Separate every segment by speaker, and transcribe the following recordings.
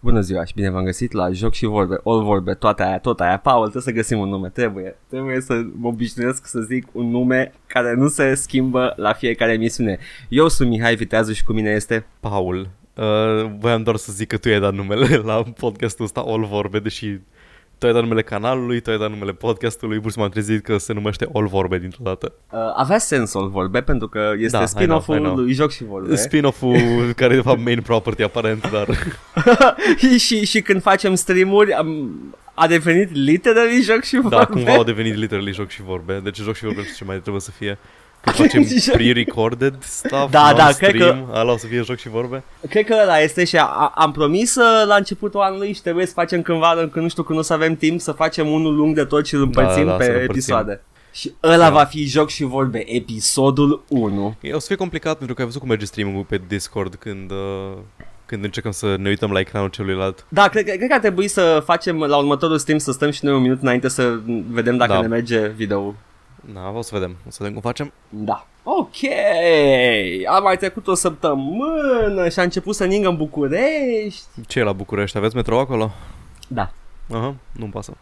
Speaker 1: Bună ziua și bine v-am găsit la Joc și Vorbe, all vorbe, toată aia, tot aia. Paul, trebuie să găsim un nume, trebuie. Trebuie să mă obișnuiesc să zic un nume care nu se schimbă la fiecare emisiune. Eu sunt Mihai Viteazu și cu mine este...
Speaker 2: Paul, uh, voiam doar să zic că tu ai dat numele la podcastul ăsta, All Vorbe, deși tu ai dat numele canalului, tu ai dat numele podcastului, pur și simplu m-am trezit că se numește All Vorbe dintr-o dată.
Speaker 1: Uh, avea sens all vorbe pentru că este
Speaker 2: Da,
Speaker 1: da,
Speaker 2: I
Speaker 1: spin-off-ul
Speaker 2: know, I know.
Speaker 1: lui Joc și Vorbe.
Speaker 2: Spin-off-ul care e de fapt main property aparent, dar da,
Speaker 1: și, și când facem stream-uri am, a devenit literally Joc și Vorbe.
Speaker 2: da, cumva au devenit literally joc și vorbe, deci joc și vorbe nu știu ce mai trebuie să fie. Când facem
Speaker 1: Joc-
Speaker 2: pre-recorded stuff,
Speaker 1: Da, da,
Speaker 2: non-stream,
Speaker 1: cred
Speaker 2: ala o să fie joc și vorbe.
Speaker 1: Cred că ăla este și a, a- am promis uh, la începutul anului și trebuie să facem cândva, când nu știu când o să avem timp, să facem unul lung de tot și îl împărțim
Speaker 2: Da, da,
Speaker 1: pe
Speaker 2: să-l împărțim. Da.
Speaker 1: episoade. Și ăla va fi joc și vorbe, episodul 1.
Speaker 2: E, O să fie complicat pentru că ai văzut cum merge streaming-ul pe Discord când, uh, când încercăm să ne uităm la ecranul celuilalt.
Speaker 1: Da, cred, că- cred că ar trebui să facem la următorul stream să stăm și noi un minut înainte să vedem dacă da.
Speaker 2: Da.
Speaker 1: ne merge video
Speaker 2: Na, o să vedem, o să vedem cum facem.
Speaker 1: Da. Ok, a mai trecut o săptămână și a început să ningă în București.
Speaker 2: Ce e la București? Aveți metrou acolo?
Speaker 1: Da.
Speaker 2: Aha, nu-mi pasă.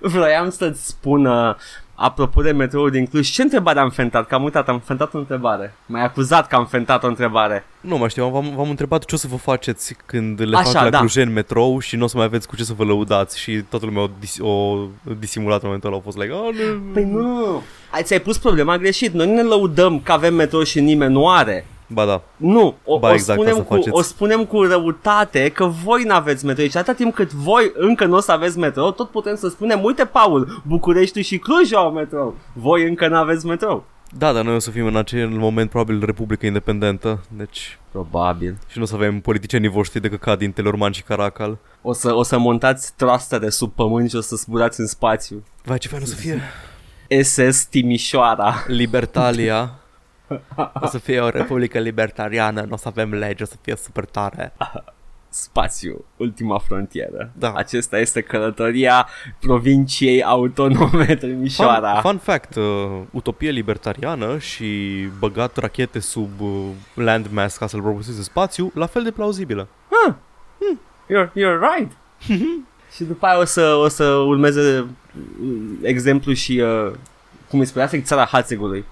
Speaker 1: Vroiam să-ți spun, uh, apropo de metroul din Cluj, ce întrebare am fentat? Că am uitat, am fentat o întrebare. M-ai acuzat că am fentat o întrebare.
Speaker 2: Nu mai știu, v-am, v-am întrebat ce o să vă faceți când le
Speaker 1: Așa,
Speaker 2: fac la
Speaker 1: da.
Speaker 2: Clujen metrou și nu o să mai aveți cu ce să vă lăudați și toată lumea o, dis- o disimulat în momentul ăla, au fost like, "Ah, nu.
Speaker 1: Păi nu, nu, nu. Ai, ți-ai pus problema greșit. Noi nu ne lăudăm că avem metrou și nimeni nu are.
Speaker 2: Ba da,
Speaker 1: Nu, o,
Speaker 2: Ba,
Speaker 1: o,
Speaker 2: exact,
Speaker 1: spunem
Speaker 2: asta
Speaker 1: cu,
Speaker 2: faceți.
Speaker 1: o spunem cu răutate că voi nu aveți metro. Deci atâta timp cât voi încă nu o să aveți metro, tot putem să spunem, uite Paul, Bucureștiul și Cluj au metro. Voi încă nu aveți metro.
Speaker 2: da, dar noi o să fim în acel moment probabil Republică Independentă, deci
Speaker 1: Probabil.
Speaker 2: și nu o să avem politicienii voștri de căcat din Telorman și Caracal.
Speaker 1: O să, o să montați trasta de sub pământ și o să zburați în spațiu.
Speaker 2: Vai, ce fain o să fie?
Speaker 1: SS Timișoara.
Speaker 2: Libertalia. O să fie o republică libertariană, nu o să avem lege, o să fie super tare.
Speaker 1: Spațiu, ultima frontieră.
Speaker 2: Da.
Speaker 1: Acesta este călătoria provinciei autonome Timișoara.
Speaker 2: Fun, fun fact, uh, utopie libertariană și băgat rachete sub uh, landmass ca să-l propusezi în spațiu, la fel de plauzibilă.
Speaker 1: You're, you're right. și după aia o să, o să urmeze mm, exemplu și, uh, cum îi spunea, țara Hațegului.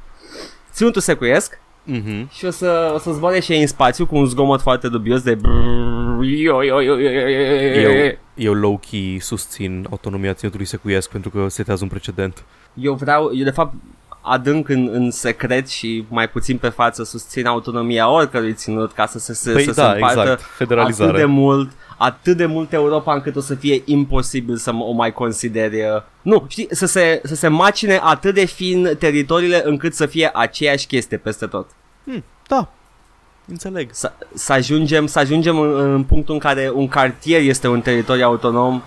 Speaker 1: Ținutul secuiesc
Speaker 2: Mhm.
Speaker 1: și o să, o să zboare și ei în spațiu cu un zgomot foarte dubios de... brrrr, io, io, io, io, io, io, io, io.
Speaker 2: Eu, eu low-key susțin autonomia ținutului secuiesc pentru că setează un precedent.
Speaker 1: Eu vreau, eu de fapt adânc în, în secret și mai puțin pe față susțin autonomia oricărui ținut ca să se, se,
Speaker 2: Păi
Speaker 1: să se
Speaker 2: da,
Speaker 1: împartă
Speaker 2: exact, federalizare.
Speaker 1: atât de mult atât de mult Europa încât o să fie imposibil să m- o mai consideri. uh, Nu, știi, să se, să se macine atât de fin teritoriile încât să fie aceeași chestie peste tot.
Speaker 2: Da, înțeleg.
Speaker 1: Să, să ajungem, să ajungem în, în punctul în care un cartier este un teritoriu autonom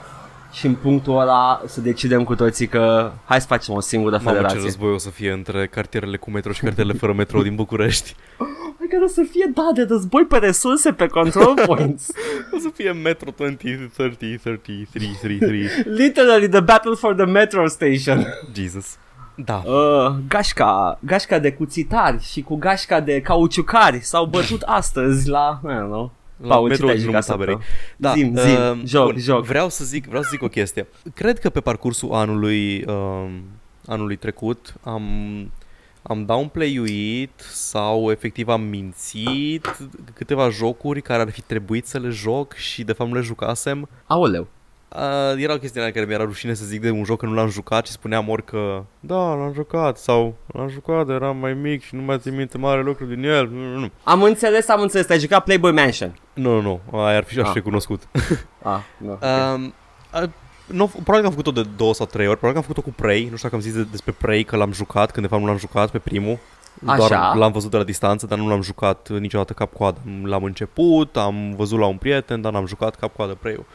Speaker 1: și în punctul ăla să decidem cu toții că hai să facem o singură
Speaker 2: Mamă, ce
Speaker 1: federație.
Speaker 2: război o să fie între cartierele cu metro și cartierele fără metro din București.
Speaker 1: Hai că o să fie, da, de război pe resurse, pe control points.
Speaker 2: O să fie metro 20, 30, 30, 33,
Speaker 1: Literally the battle for the metro station.
Speaker 2: Jesus. Da.
Speaker 1: Uh, gașca, gașca de cuțitari și cu gașca de cauciucari s-au bătut astăzi la, I don't know.
Speaker 2: La
Speaker 1: Paul, ce
Speaker 2: metrou
Speaker 1: te-ai
Speaker 2: din
Speaker 1: jucat
Speaker 2: drumul
Speaker 1: săptămâna?
Speaker 2: taberei. Da,
Speaker 1: Zim, zim,
Speaker 2: ehm,
Speaker 1: uh, joc, joc.
Speaker 2: Vreau să zic, vreau să zic o chestie. Cred că pe parcursul anului um, anului trecut am am downplay-uit sau efectiv am mințit câteva jocuri care ar fi trebuit să le joc și de fapt nu le jucasem.
Speaker 1: Aoleu.
Speaker 2: Uh, era o chestie în care mi-era rușine să zic de un joc că nu l-am jucat și spuneam ori că da, l-am jucat sau l-am jucat, dar eram mai mic și nu mai țin minte mare lucru din el. Nu, nu, nu.
Speaker 1: Am înțeles, am înțeles, te-ai jucat Playboy Mansion.
Speaker 2: Nu, nu, nu, aia ar fi și
Speaker 1: Ah.
Speaker 2: aș recunoscut.
Speaker 1: Ah, nu.
Speaker 2: Um, a- nu, probabil că am făcut-o de două sau trei ori, probabil că am făcut-o cu Prey, nu știu dacă am zis de, despre Prey că l-am jucat, când de fapt nu l-am jucat pe primul.
Speaker 1: Așa.
Speaker 2: Doar l-am văzut de la distanță, dar nu l-am jucat niciodată cap-coadă. L-am început, am văzut la un prieten, dar n-am jucat cap-coadă Prey-ul.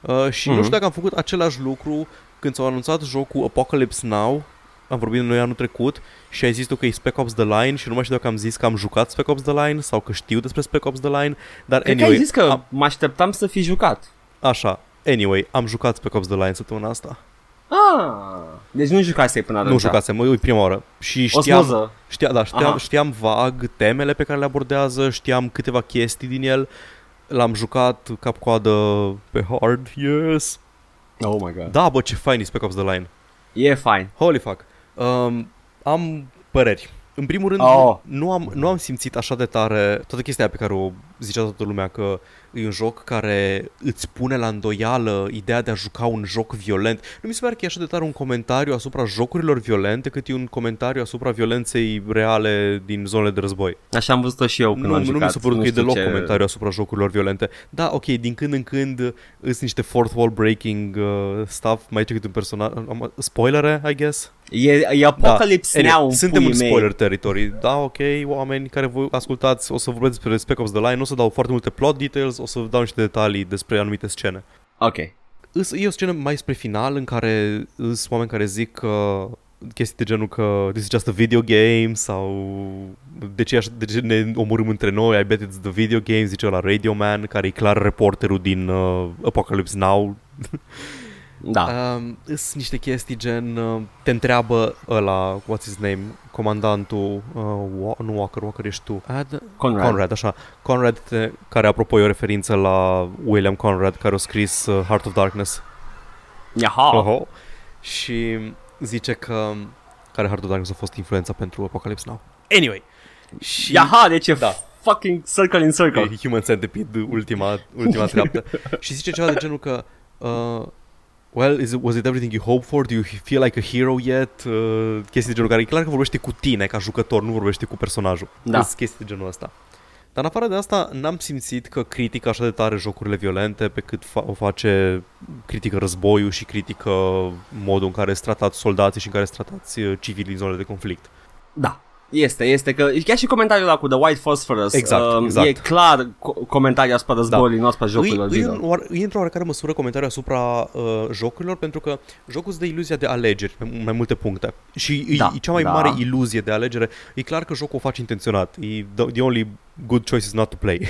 Speaker 2: Uh, și mm-hmm.
Speaker 1: Mhm.
Speaker 2: nu știu dacă am făcut același lucru când s-au anunțat jocul Apocalypse Now, am vorbit noi anul trecut și ai zis tu că e Spec Ops The Line și nu mai știu dacă am zis că am jucat Spec Ops The Line sau că știu despre Spec Ops The Line, dar
Speaker 1: Cred
Speaker 2: anyway,
Speaker 1: că ai zis că
Speaker 2: am-
Speaker 1: mă așteptam să fi jucat.
Speaker 2: Așa, anyway, am jucat Spec Ops The Line săptămâna asta.
Speaker 1: Ah, deci nu jucasei până atunci.
Speaker 2: Nu jucasem, mă, e prima oară. Și știam,
Speaker 1: Osmoză.
Speaker 2: știa, da,
Speaker 1: Aha.
Speaker 2: știam, știam vag temele pe care le abordează, știam câteva chestii din el, L-am jucat cap-coadă pe hard, yes.
Speaker 1: Oh my god.
Speaker 2: Da, bă, ce fain e Spec Ops The Line.
Speaker 1: E fine.
Speaker 2: Holy fuck. Um, am păreri. În primul rând,
Speaker 1: Oh.
Speaker 2: oh. nu, am, nu am simțit așa de tare toată chestia aia pe care o zicea toată lumea că e un joc care îți pune la îndoială ideea de a juca un joc violent. Nu mi se pare că e așa de tare un comentariu asupra jocurilor violente cât e un comentariu asupra violenței reale din zonele de război.
Speaker 1: Așa am văzut-o și eu când
Speaker 2: Nu,
Speaker 1: am
Speaker 2: nu
Speaker 1: jucat.
Speaker 2: mi s-a părut că e
Speaker 1: știu
Speaker 2: deloc
Speaker 1: ce-
Speaker 2: ce... comentariu asupra jocurilor violente. Da, ok, din când în când sunt niște fourth wall breaking uh, stuff, mai este câte un personaj... am- Spoilere, I guess?
Speaker 1: E, e Apocalypse
Speaker 2: Da. Anyway,
Speaker 1: Now în
Speaker 2: Suntem
Speaker 1: puii
Speaker 2: în
Speaker 1: mei.
Speaker 2: spoiler territory. Da, ok, oameni care vă ascultați, o să vorbesc despre Spec Ops The Line, nu o să dau foarte multe plot details, o să vă dau niște detalii despre anumite scene.
Speaker 1: Ok.
Speaker 2: Îs- E o scenă mai spre final în care sunt oameni care zic că chestii de genul că this is just a video game sau de ce, așa, de ce ne omorâm între noi, I bet it's the video game, zice la Radio Man, care e clar reporterul din uh, Apocalypse Now,
Speaker 1: Da.
Speaker 2: Um, sunt niște chestii gen uh, Te întreabă ăla What's his name? Comandantul uh, Wa- Nu Walker, Walker ești tu Ad-
Speaker 1: Conrad.
Speaker 2: Conrad, așa Conrad, te, care apropo e o referință la William Conrad Care a scris uh, Heart of Darkness
Speaker 1: Iaha.
Speaker 2: Oho. Și zice că Care Heart of Darkness a fost influența pentru Apocalypse Now Anyway și
Speaker 1: Iaha, deci e
Speaker 2: Da.
Speaker 1: fucking circle in circle.
Speaker 2: e Human Centipede ultima, ultima treaptă și zice ceva de genul că uh, Well, is it, was it everything you hoped for? Do you feel like a hero yet? Uh, chestii de genul care e clar că vorbește cu tine ca jucător, nu vorbește cu personajul.
Speaker 1: Da.
Speaker 2: Sunt chestii de genul ăsta. Dar în afară de asta, n-am simțit că critică așa de tare jocurile violente pe cât fa- o face critică războiul și critică modul în care sunt tratați soldații și în care sunt tratați uh, civilii în zonele de conflict.
Speaker 1: Da. Este, este că chiar și comentariul ăla cu The White Phosphorus
Speaker 2: Exact,
Speaker 1: um,
Speaker 2: exact.
Speaker 1: e clar co- comentariul asupra războiului, da. nu asupra jocurilor.
Speaker 2: Îi, îi,
Speaker 1: video.
Speaker 2: în oar- îi într-o oarecare măsură comentariu asupra uh, jocurilor, pentru că jocul îți dă iluzia de alegeri pe mai multe puncte. Și
Speaker 1: Da,
Speaker 2: da, e cea mai
Speaker 1: da.
Speaker 2: da. mare iluzie de alegere. E clar că jocul o face intenționat. E the, the only good choice is not to play.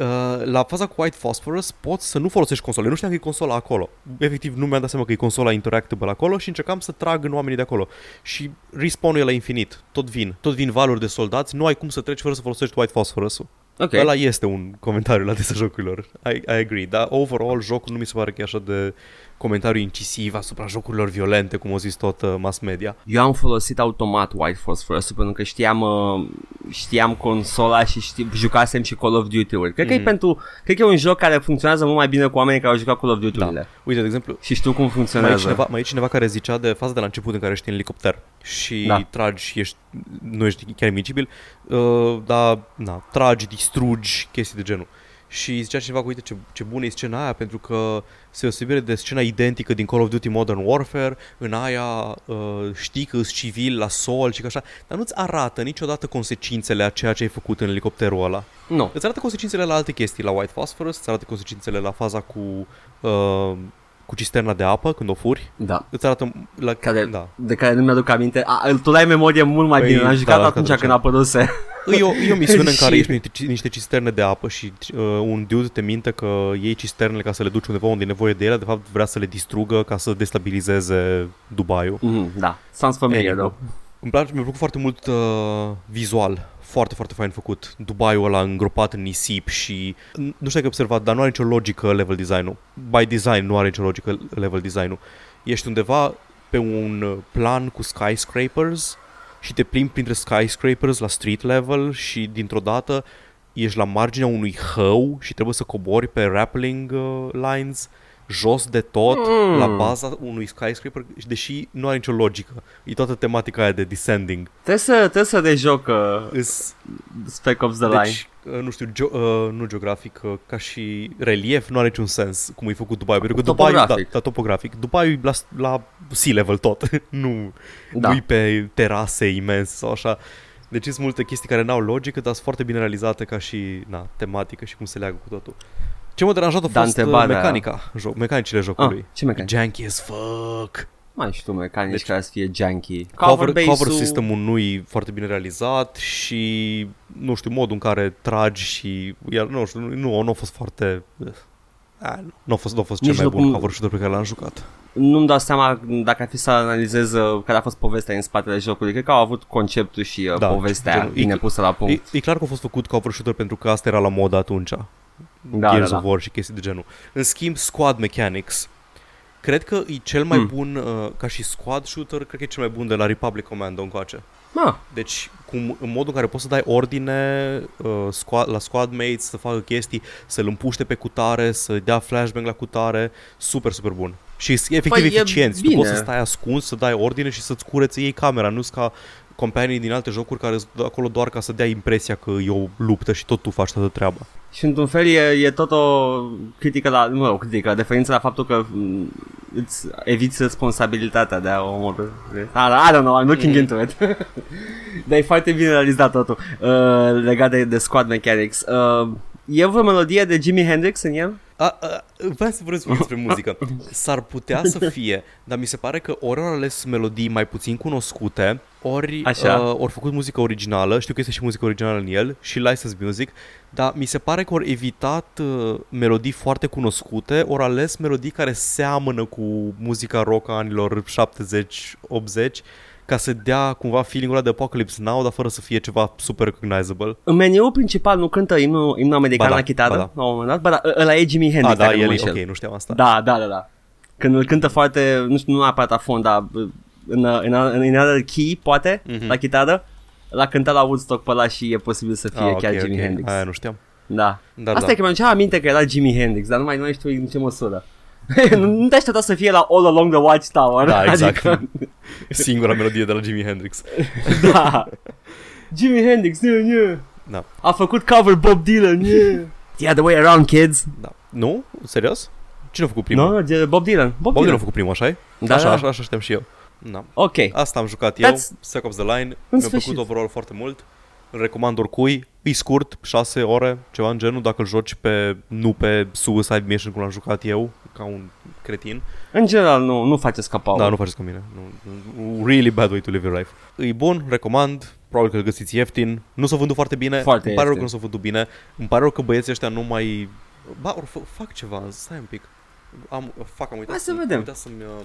Speaker 2: Uh, la faza cu White Phosphorus poți să nu folosești console. Eu nu știam că e consola acolo. Efectiv, nu mi-am dat seama că e consola interactable acolo și încercam să trag în oamenii de acolo. Și respawn-ul e la infinit. Tot vin. Tot vin valuri de soldați. Nu ai cum să treci fără să folosești White Phosphorus-ul.
Speaker 1: Ok.
Speaker 2: Okay. Ăla este un comentariu la adresa jocurilor. I, I agree. Dar overall, jocul nu mi se pare că e așa de comentariu incisiv asupra jocurilor violente, cum o zis tot uh, mass media.
Speaker 1: Eu am folosit automat White Phosphorus pentru că știam, uh, știam consola și ști, jucasem și Call of Duty-uri. Cred mm-hmm. că
Speaker 2: Mhm.
Speaker 1: e pentru, cred că e un joc care funcționează mult mai bine cu oamenii care au jucat Call of Duty-urile. Da.
Speaker 2: Uite, de exemplu,
Speaker 1: Și știu cum
Speaker 2: mai e,
Speaker 1: funcționează.
Speaker 2: cineva, mai e cineva care zicea de faza de la început în care ești în elicopter și
Speaker 1: Da.
Speaker 2: da. tragi și ești, nu ești chiar invincibil, uh, dar na, tragi, distrugi, chestii de genul. Și zicea cineva că uite ce, ce bună e scena aia pentru că se deosebire de scena identică din Call of Duty Modern Warfare, în aia uh, știi că ești civil la sol și că așa, dar nu-ți arată niciodată consecințele a ceea ce ai făcut în elicopterul ăla.
Speaker 1: Nu.
Speaker 2: Îți arată consecințele la alte chestii, la White Phosphorus, îți arată consecințele la faza cu, uh, cu cisterna de apă când o furi,
Speaker 1: Da.
Speaker 2: îți arată la...
Speaker 1: Care, da.
Speaker 2: Da.
Speaker 1: De care nu mi-aduc aminte. A, îl tu ai memorie mult mai
Speaker 2: Păi,
Speaker 1: bine. L-am
Speaker 2: da,
Speaker 1: jucat
Speaker 2: da,
Speaker 1: atunci
Speaker 2: da, da.
Speaker 1: când apăruse.
Speaker 2: E o, e o misiune în care
Speaker 1: Și-
Speaker 2: ești niște, niște cisterne de apă și uh, un dude te minte că iei cisternele ca să le duci undeva unde e nevoie de ele, de fapt vrea să le distrugă ca să destabilizeze Dubaiul.
Speaker 1: mm, da. Sounds familiar,
Speaker 2: Mhm, Anyway,
Speaker 1: though.
Speaker 2: da. Îmi place, mi-a plăcut foarte mult uh, vizual, foarte, foarte fain făcut. Dubaiul ăla îngropat în nisip și nu știu dacă ai observat, dar nu are nicio logică level design-ul. By design nu are nicio logică level design-ul. Ești undeva pe un plan cu skyscrapers și te plimbi printre skyscrapers la street level și dintr-o dată ești la marginea unui hău și trebuie să cobori pe rappelling uh, lines jos de tot,
Speaker 1: Mm.
Speaker 2: mm. la baza unui skyscraper, și deși nu are nicio logică. E toată tematica aia de descending.
Speaker 1: Trebuie să, trebuie să rejoc uh,
Speaker 2: Îs,
Speaker 1: Spec Ops The Line.
Speaker 2: deci, uh, nu știu, geo- uh, nu geografic, uh, ca și relief, nu are niciun sens cum e făcut Dubai, pentru că Dubai, da,
Speaker 1: Topografic.
Speaker 2: da, topografic, Dubai e la, la sea level tot, nu,
Speaker 1: Da.
Speaker 2: da. nu pe terase imense sau așa. Deci sunt multe chestii care n-au logică, dar sunt foarte bine realizate ca și na, tematică și cum se leagă cu totul. Ce m-a deranjat a
Speaker 1: Da,
Speaker 2: fost uh,
Speaker 1: întrebarea-
Speaker 2: mecanica, joc, mecanicile
Speaker 1: Ah,
Speaker 2: jocului.
Speaker 1: ce mecanici?
Speaker 2: Janky as fuck.
Speaker 1: Mai știu mecanici deci,
Speaker 2: Deci-
Speaker 1: care să fie junkie.
Speaker 2: cover,
Speaker 1: base-ul-
Speaker 2: cover system-ul nu e foarte bine realizat și, nu știu, modul în care tragi și, iar, nu știu, nu, nu a fost foarte... A, nu. nu a fost, nu a fost cel
Speaker 1: Nici
Speaker 2: mai
Speaker 1: nu
Speaker 2: bun
Speaker 1: cum-
Speaker 2: cover shooter pe care l-am jucat.
Speaker 1: nu-mi dau seama dacă ar fi să analizez uh, care a fost povestea în spatele jocului. Cred că au avut conceptul și uh, da,
Speaker 2: Da,
Speaker 1: povestea
Speaker 2: genul-
Speaker 1: bine
Speaker 2: e-
Speaker 1: pusă la
Speaker 2: E,
Speaker 1: punct.
Speaker 2: e clar că a fost făcut cover shooter pentru că asta era la mod atunci. da, Gears da, da. of War și chestii de genul. În schimb, Squad Mechanics, cred că e cel mai mm. bun, uh, ca și squad shooter, cred că e cel mai bun de la Republic Commando încoace.
Speaker 1: Ah.
Speaker 2: Deci, cum, în modul în care poți să dai ordine uh, squad, la squad mates să facă chestii, să-l împuște pe cutare, să dea flashbang la cutare, super, super bun. Și efectiv păi eficienți. Tu poți să stai ascuns, să dai ordine și să-ți curețe ei camera, nu ca companii din alte jocuri care sunt acolo doar ca să dea impresia că e o luptă și tot tu faci toată treaba.
Speaker 1: Și într-un fel e, e tot o critică la, nu o critică, la deferință la faptul că mm, îți eviți responsabilitatea de a omorâ. I don't know, I'm looking mm. into it. Dar e foarte bine realizat totul uh, legat de, de squad mechanics. Uh, e vreo melodie de Jimi Hendrix în el?
Speaker 2: A, a, vreau să vorbesc despre muzică. S-ar putea să fie, dar mi se pare că ori au ales melodii mai puțin cunoscute, ori Așa. Uh, ori făcut muzică originală, știu că este și muzică originală în el, și license music, dar mi se pare că ori evitat uh, melodii foarte cunoscute, ori ales melodii care seamănă cu muzica rock a anilor 70-80, ca să dea cumva feeling-ul ăla de Apocalypse Now, dar fără să fie ceva super recognizable.
Speaker 1: În meniul principal nu cântă imnul, imnul american ba da, la chitară, ba da. la un moment dat, ba da, ăla e Jimi Hendrix.
Speaker 2: Ah, da, el e, ok, nu știam asta.
Speaker 1: Da, da, da, da. Când îl cântă foarte, nu știu, nu neapărat afon, dar uh, în, în, în, în another key, poate,
Speaker 2: Mhm.
Speaker 1: mm-hmm. la chitară, l-a cântat la Woodstock pe ăla și e posibil să fie ah, chiar okay, Jimi okay. Hendrix.
Speaker 2: Aia nu știam.
Speaker 1: Da. Dar, Asta da. e că mi-am aminte că era Jimi Hendrix, dar numai nu mai știu în ce măsură. nu te aștepta să fie la All Along the Watchtower.
Speaker 2: Da, exact. Adică... Singura melodie de la Jimi Hendrix.
Speaker 1: da. Jimi Hendrix, yeah, yeah.
Speaker 2: Da.
Speaker 1: A făcut cover Bob Dylan, yeah. The other way around, kids.
Speaker 2: Da. Nu? Serios? Cine a făcut primul?
Speaker 1: Nu, no, Bob Dylan.
Speaker 2: Bob, Bob Dylan. a făcut primul, așa
Speaker 1: Da,
Speaker 2: așa,
Speaker 1: da.
Speaker 2: așa, așa știam și eu. Da.
Speaker 1: Ok.
Speaker 2: Asta am jucat That's... eu, Stack of the Line. Mi-a plăcut overall foarte mult. Îl recomand oricui. E scurt, 6 ore, ceva în genul, dacă îl joci pe, nu pe Suicide Mission cum l-am jucat eu, ca un cretin.
Speaker 1: În general, nu, nu faceți ca Paul.
Speaker 2: Da, nu faceți ca mine. Nu, really bad way to live your life. E bun, recomand, probabil că îl găsiți ieftin. Nu s-a vândut foarte bine.
Speaker 1: Foarte
Speaker 2: Îmi pare că nu s-a vândut bine. Îmi pare rău că băieții ăștia nu mai... Ba, or, fac ceva, stai un pic. Am, fac, am uitat.
Speaker 1: Hai să vedem.
Speaker 2: Am să-mi, uh,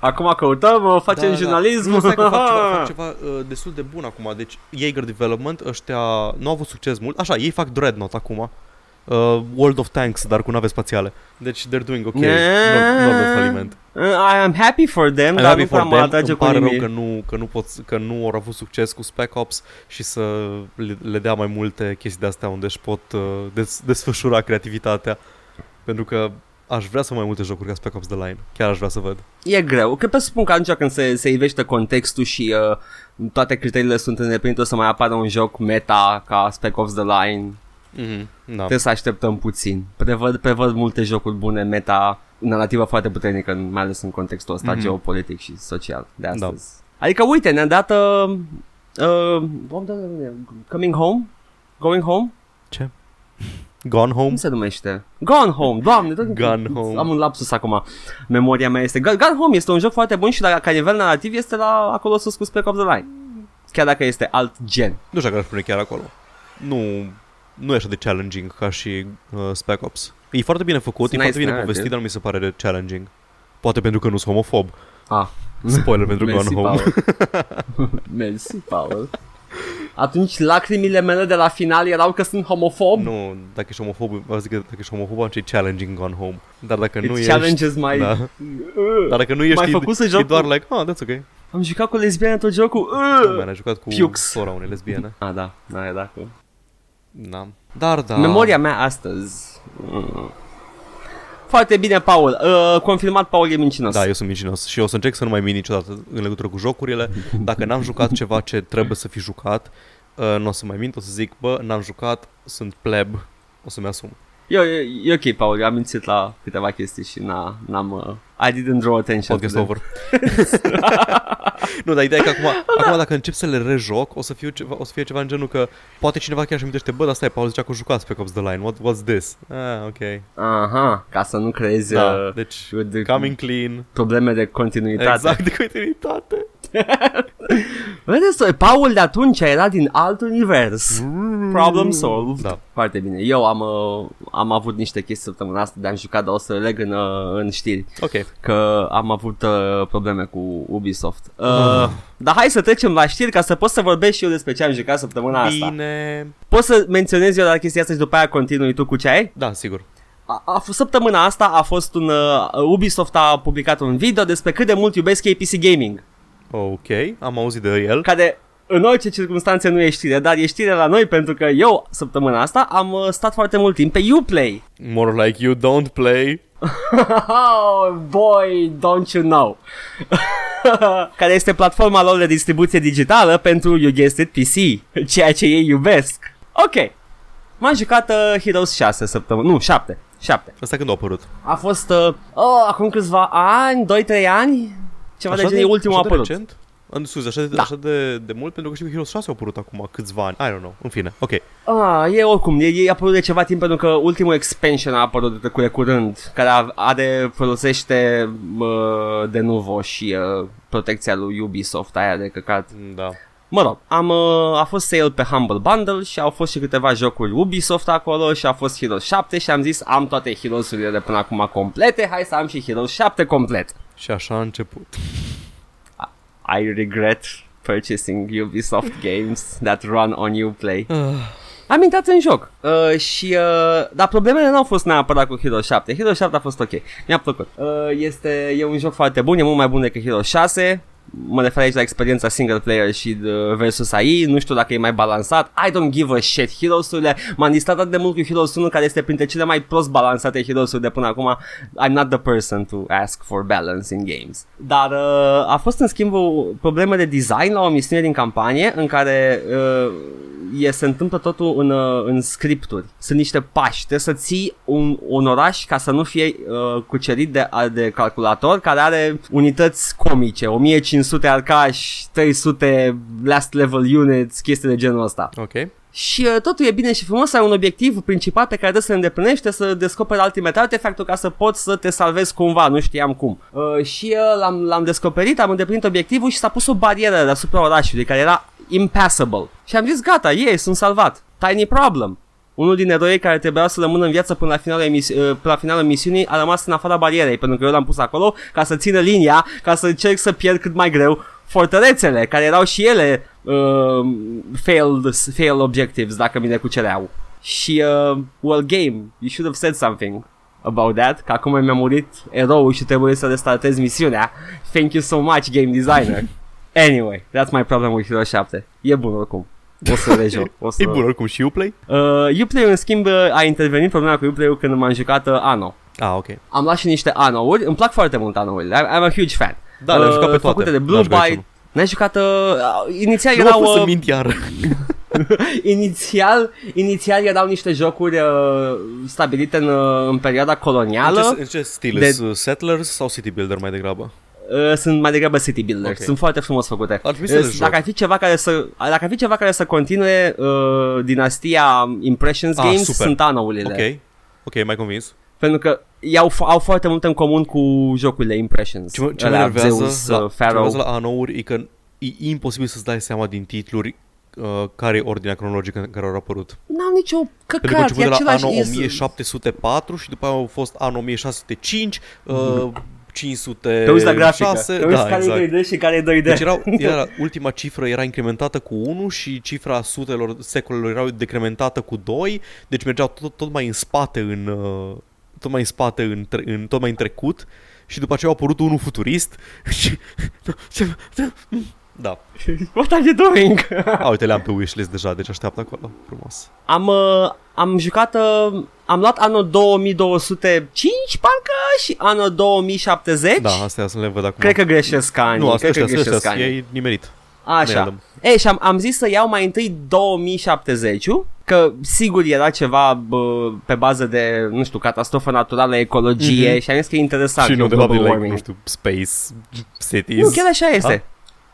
Speaker 1: Acum căutăm, facem da, jurnalism. Da.
Speaker 2: Nu, stai că fac ceva, fac ceva uh, destul de bun acum. Deci, Jaeger Development, ăștia nu au avut succes mult. Așa, ei fac Dreadnought acum. Uh, World of Tanks, dar cu nave spațiale. Deci, they're doing ok.
Speaker 1: Yeah.
Speaker 2: Nu au faliment.
Speaker 1: Uh, I am happy for them, I'm dar nu prea mă atrage
Speaker 2: cu
Speaker 1: rău
Speaker 2: nimic. că nu, că, nu pot, că nu au avut succes cu Spec Ops și să le, le dea mai multe chestii de-astea unde își pot uh, des, desfășura creativitatea. Pentru că aș vrea să mai multe jocuri ca Spec Ops The Line. Chiar aș vrea să văd.
Speaker 1: E greu. Că presupun că atunci când se, se ivește contextul și uh, toate criteriile sunt îndeplinite, o să mai apară un joc meta ca Spec Ops The Line.
Speaker 2: Mm-hmm, da.
Speaker 1: Trebuie să așteptăm puțin. Prevăd, prevăd multe jocuri bune meta, narrativă foarte puternică, mai ales în contextul ăsta mm-hmm. geopolitic și social de astăzi. Da. Adică, uite, ne-a dat uh, uh, Coming Home? Going Home?
Speaker 2: Ce? Gone Home? Cum
Speaker 1: se numește? Gone Home, doamne, tot
Speaker 2: Gone Home.
Speaker 1: am un lapsus acum, memoria mea este. Gone Home este un joc foarte bun și la, ca nivel narrativ este la acolo sus cu Spec Ops The Line. Chiar dacă este alt gen.
Speaker 2: Nu știu dacă aș pune chiar acolo. Nu, nu e așa de challenging ca și uh, Spec Ops. E foarte bine făcut, It's e nice da, foarte bine povestit, dar nu mi se pare de challenging. Poate pentru că nu sunt homofob.
Speaker 1: Ah.
Speaker 2: Spoiler pentru Gone Home.
Speaker 1: Mersi, Paul. Atunci lacrimile mele de la final erau că sunt homofob?
Speaker 2: Nu, dacă ești homofob, zic că dacă ești homofob atunci e challenging gone home. Dar dacă
Speaker 1: It
Speaker 2: nu ești...
Speaker 1: Deci challenges mai...
Speaker 2: Da. Dar dacă nu ești,
Speaker 1: mai făcut să
Speaker 2: joc doar cu... like, ah, that's okay.
Speaker 1: Am jucat cu lesbiană tot jocul.
Speaker 2: Man, a jucat cu
Speaker 1: Uh, Piux.
Speaker 2: sora unei lesbiene.
Speaker 1: Ah, da, da, e da, cu...
Speaker 2: Da. Dar, da.
Speaker 1: Memoria mea astăzi. Mm. Foarte bine, Paul. Uh, confirmat, Paul e mincinos.
Speaker 2: Da, eu sunt mincinos și eu o să încerc să nu mai mint niciodată în legătură cu jocurile. Dacă n-am jucat ceva ce trebuie să fi jucat, uh, nu o să mai mint, o să zic, bă, n-am jucat, sunt pleb, o să-mi asum.
Speaker 1: Eu, e, e ok, Paul, eu am mințit la câteva chestii și n-a, n-am... Uh, I didn't draw attention
Speaker 2: Podcast over. nu, dar ideea e că acum, da. acum dacă încep să le rejoc, o să, fiu ceva, o să fie ceva în genul că poate cineva chiar și amintește, bă, dar stai, Paul zicea că jucați pe Cops the Line, What, what's this? Ah, ok.
Speaker 1: Aha, ca să nu creezi... Da,
Speaker 2: uh, deci, de, coming clean.
Speaker 1: Probleme de continuitate.
Speaker 2: Exact, de continuitate.
Speaker 1: Vedeți, Paul de atunci era din alt univers. Problem solved.
Speaker 2: Da.
Speaker 1: Foarte bine. Eu am, uh, am avut niște chestii săptămâna asta, de-am jucat, dar o să leg în, uh, în știri,
Speaker 2: Ok.
Speaker 1: că am avut uh, probleme cu Ubisoft. Uh, Dar hai să trecem la știri ca să pot să vorbesc și eu despre ce am jucat săptămâna asta.
Speaker 2: Bine.
Speaker 1: Pot să menționez eu la chestia asta și după aia continui tu cu ce ai?
Speaker 2: Da, sigur.
Speaker 1: A, a, f- săptămâna asta a fost un... Uh, Ubisoft a publicat un video despre cât de mult iubesc ei PC Gaming.
Speaker 2: Ok, am auzit de el.
Speaker 1: care în orice circunstanțe nu e știre, dar e știre la noi pentru că eu săptămâna asta am uh, stat foarte mult timp pe Uplay.
Speaker 2: More like you don't play.
Speaker 1: oh, boy, don't you know. care este platforma lor de distribuție digitală pentru, you guessed it, PC, ceea ce ei iubesc. Ok, m-am jucat uh, Heroes 6 săptămână, nu, 7, 7.
Speaker 2: Asta când a apărut?
Speaker 1: A fost uh, oh, acum câțiva ani, 2-3 ani, ceva de genul, e ultimul
Speaker 2: așa de
Speaker 1: apărut.
Speaker 2: recent? În sus, așa, de,
Speaker 1: Da.
Speaker 2: așa de, de mult, pentru că știu că Heroes 6 au apărut acum câțiva ani. I don't know. În fine, ok.
Speaker 1: Ah, e oricum, e, e apărut de ceva timp pentru că ultimul expansion a apărut de, cu de curând, care a- are, folosește uh, de nuvo și uh, protecția lui Ubisoft, aia de căcat.
Speaker 2: Da.
Speaker 1: Mă rog, am, uh, a fost sale pe Humble Bundle și au fost și câteva jocuri Ubisoft acolo și a fost Heroes 7 și am zis am toate Heroes-urile de până acum complete, hai să am și Heroes 7 complet.
Speaker 2: Și așa a început.
Speaker 1: I regret purchasing Ubisoft games that run on Uplay. Am intrat în joc uh, și uh, dar problemele n-au fost neapărat cu Hero 7. Hero 7 a fost ok. Mi-a plăcut. Uh, este e un joc foarte bun, e mult mai bun decât Hero 6. Mă refer aici la experiența single player și uh, versus AI, nu știu dacă e mai balansat. I don't give a shit. Heroes-urile, m-am distrat atât de mult cu Heroes 1 care este printre cele mai prost balansate Heroes-uri de până acum. I'm not the person to ask for balance in games. Dar uh, a fost în schimb o problemă de design la o misiune din campanie în care uh, e, se întâmplă totul în, uh, în scripturi. Sunt niște pași. Trebuie să ții un, un oraș ca să nu fie uh, cucerit de, a- de calculator care are unități comice. 1500 arcași, 300 last level units, chestii de genul ăsta.
Speaker 2: Ok.
Speaker 1: Și uh, totul e bine și frumos, ai un obiectiv principal pe care trebuie să-l îndeplinești, trebuie să descoperi ultimate artefactul ca să poți să te salvezi cumva, nu știam cum. Uh, și uh, l-am, l-am descoperit, am îndeplinit obiectivul și s-a pus o barieră deasupra orașului care era impassable. Și am zis, gata, ei, sunt salvat. Tiny problem. Unul din eroii care trebuia să rămână în viață până la, finalul emisi- uh, până la finalul misiunii a rămas în afara barierei, pentru că eu l-am pus acolo ca să țină linia, ca să încerc să pierd cât mai greu fortărețele, care erau și ele uh, failed, failed objectives, dacă mi le cucereau. Și, uh, well, game, you should have said something about that, că acum mi-a murit eroul și trebuie să restartez misiunea. Thank you so much, game designer. Anyway, that's my problem with Hero 7. E bun oricum. O să le joc. O să...
Speaker 2: E bun, oricum și Uplay?
Speaker 1: Uh, Uplay, în schimb, uh, a intervenit problema cu Uplay când m-am jucat uh, Anno.
Speaker 2: Ah, ok.
Speaker 1: Am luat și niște Anno-uri, îmi plac foarte mult Anno-urile, I'm, I'm a huge fan. Uh,
Speaker 2: Da, le-am jucat pe toate.
Speaker 1: Făcute de Blue
Speaker 2: N-am jucat
Speaker 1: Byte,
Speaker 2: niciunul.
Speaker 1: N-ai jucat, uh, uh, inițial
Speaker 2: Nu
Speaker 1: erau,
Speaker 2: a fost să
Speaker 1: uh,
Speaker 2: mint iar.
Speaker 1: inițial, inițial erau niște jocuri uh, stabilite în, uh, în perioada colonială,
Speaker 2: În ce, în ce stil?
Speaker 1: De-
Speaker 2: De... Settlers sau City Builder mai degrabă?
Speaker 1: uh, sunt mai degrabă city builders,
Speaker 2: Ok.
Speaker 1: sunt foarte frumos făcute.
Speaker 2: Ar trebui să le
Speaker 1: Uh,
Speaker 2: joc.
Speaker 1: dacă ar fi ceva care să, dacă ar fi ceva care să continue uh, dinastia Impressions
Speaker 2: Ah,
Speaker 1: Games,
Speaker 2: super.
Speaker 1: sunt anourile.
Speaker 2: Ok. Ok, mai convins.
Speaker 1: Pentru că iau, au foarte mult în comun cu jocurile Impressions.
Speaker 2: Ce, mă- ce mă
Speaker 1: Alea,
Speaker 2: enervează,
Speaker 1: Zeus,
Speaker 2: la,
Speaker 1: uh,
Speaker 2: ce mă enervează
Speaker 1: Pharaoh.
Speaker 2: la anouri e că e imposibil să-ți dai seama din titluri uh, care e ordinea cronologică în care au apărut.
Speaker 1: N-am nicio
Speaker 2: Pentru că
Speaker 1: căcat, e
Speaker 2: început de la
Speaker 1: același...
Speaker 2: anul
Speaker 1: e-
Speaker 2: 1704 și după aia au fost anul 1605, uh, 500...
Speaker 1: Te uiți la grafică, te uiți
Speaker 2: da,
Speaker 1: care
Speaker 2: exact.
Speaker 1: e 2D și care e 2D.
Speaker 2: Deci erau, era, ultima cifră era incrementată cu 1 și cifra sutelor, secolelor erau decrementată cu 2, deci mergeau tot, tot mai în spate în, uh, tot mai în spate în, tre- în tot mai în trecut și după aceea a apărut unul futurist și... Da.
Speaker 1: What are you doing?
Speaker 2: A, uite, le-am pe wishlist deja, deci așteaptă acolo. Frumos.
Speaker 1: am, uh, am jucat, uh, am luat anul 2205 parcă și anul 2070.
Speaker 2: Da, astea să le văd acum.
Speaker 1: Cred că greșesc anii.
Speaker 2: nu, astea,
Speaker 1: cred că
Speaker 2: astea,
Speaker 1: greșesc
Speaker 2: astea, astea,
Speaker 1: anii.
Speaker 2: e nimerit.
Speaker 1: Așa.
Speaker 2: Random.
Speaker 1: Ei, și am, am zis să iau mai întâi 2070 că sigur era ceva bă, pe bază de, nu știu, catastrofă naturală, ecologie mm-hmm. și am zis că e interesant.
Speaker 2: Mhm. și nu,
Speaker 1: e
Speaker 2: de fapt,
Speaker 1: global
Speaker 2: e like,
Speaker 1: warming.
Speaker 2: nu știu, space,
Speaker 1: Nu,
Speaker 2: cities.
Speaker 1: chiar așa este.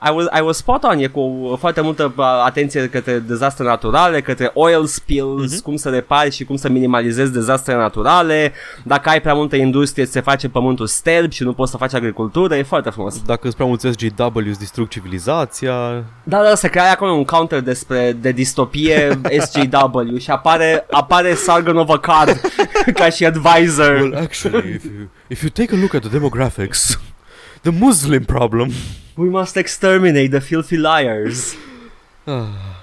Speaker 1: I was, I was spot on, e cu foarte multă atenție către dezastre naturale, către oil
Speaker 2: Mhm.
Speaker 1: spills, mm-hmm. cum să repari și cum să minimalizezi dezastre naturale. Dacă ai prea multă industrie, se face pământul sterb și nu poți să faci agricultură, e foarte frumos.
Speaker 2: Dacă îți prea mulți SGW îți distrug civilizația.
Speaker 1: Da, da, se creează acolo un counter despre de distopie SJW și apare, apare Sargon of Akkad ca și advisor.
Speaker 2: Well, actually, if you, if you take a look at the demographics, the Muslim problem...
Speaker 1: We must exterminate the filthy liars.
Speaker 2: Ah,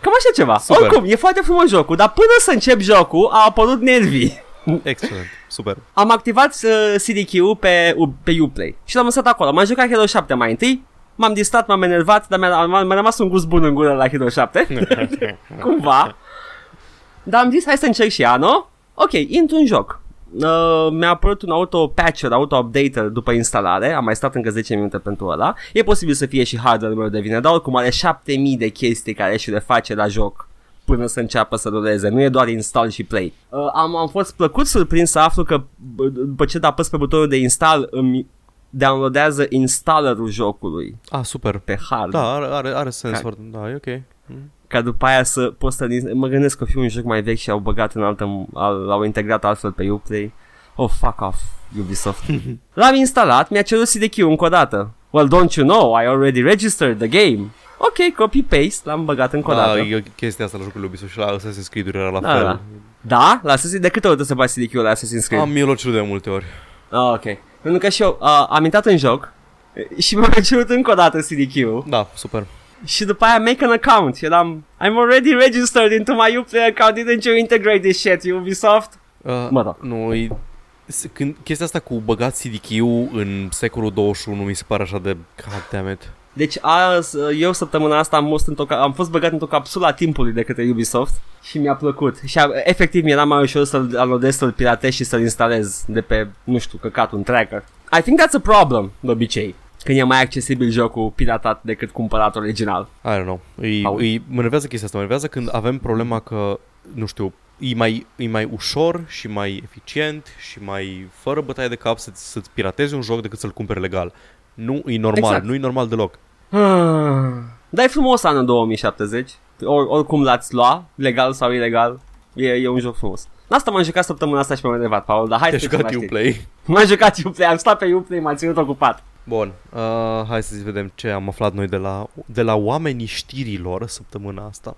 Speaker 1: Cam așa ceva. Super. Oricum, e foarte frumos jocul, dar până să încep jocul, a apărut nervii.
Speaker 2: Mm. Excelent, super.
Speaker 1: Am activat uh, CDQ pe, pe Uplay și l-am lăsat acolo. M-am jucat Halo 7 mai întâi, m-am distrat, m-am enervat, dar mi-a, mi-a rămas un gust bun în gură la Halo 7. Cumva. Dar am zis, hai să încerc și anul. Ok, intru în joc. Uh, mi-a apărut un auto-patcher, auto-updater după instalare, am mai stat încă 10 minute pentru ăla. E posibil să fie și hardware meu de vină, dar oricum are 7000 de chestii care și le face la joc până să înceapă să dureze, nu e doar install și play. Uh, am, am fost plăcut surprins să aflu că după ce apăs pe butonul de install îmi downloadează installerul jocului.
Speaker 2: Ah, super.
Speaker 1: Pe hard.
Speaker 2: Da, are, are, are sens. Ca... Da, e ok. Mm
Speaker 1: ca după aia să poți să... Mă gândesc că fiu un joc mai vechi și au băgat în altă... L-au integrat altfel pe Uplay. Oh, fuck off, Ubisoft. L-am instalat, mi-a cerut CDQ încă o dată. Well, don't you know, I already registered the game. Ok, copy-paste, l-am băgat încă o dată.
Speaker 2: Da, e chestia asta la jocul Ubisoft și la Assassin's Creed era la da, fel.
Speaker 1: Da, da? la Assassin's De câte ori trebuie să faci CDQ la Assassin's Creed?
Speaker 2: Am eu l de multe ori.
Speaker 1: Ah, ok. Pentru că și eu uh, am intrat în joc și mi-a cerut încă o dată CDQ.
Speaker 2: Da, super.
Speaker 1: Și după aia make an account Și eram I'm already registered into my Uplay account Didn't you integrate this shit Ubisoft?
Speaker 2: Uh, mă rog Nu, e, când, chestia asta cu băgat cdq în secolul 21 Mi se pare așa de God damn it
Speaker 1: deci azi, eu săptămâna asta am fost, într-o, am fost băgat într-o capsula timpului de către Ubisoft și mi-a plăcut. Și a, efectiv mi-era mai ușor să-l downloadez, să-l piratez și să-l instalez de pe, nu știu, căcatul, un tracker. I think that's a problem, de obicei când e mai accesibil jocul piratat decât cumpărat original.
Speaker 2: I don't know. Îi, Au. îi, mă nervează chestia asta, mă nervează când avem problema că, nu știu, e mai, e mai ușor și mai eficient și mai fără bătaie de cap să, să-ți piratezi un joc decât să-l cumperi legal. Nu e normal, exact. nu e normal deloc.
Speaker 1: Dar e frumos anul 2070, Or, oricum l-ați lua, legal sau ilegal, e, e un joc frumos. Asta m-am jucat săptămâna asta și m-am enervat, Paul, dar hai
Speaker 2: Te-ai să jucat Uplay.
Speaker 1: M-am jucat Uplay, am stat pe Uplay, m-am ținut ocupat.
Speaker 2: Bun, uh, hai să vedem ce am aflat noi de la, de la oamenii știrilor săptămâna asta.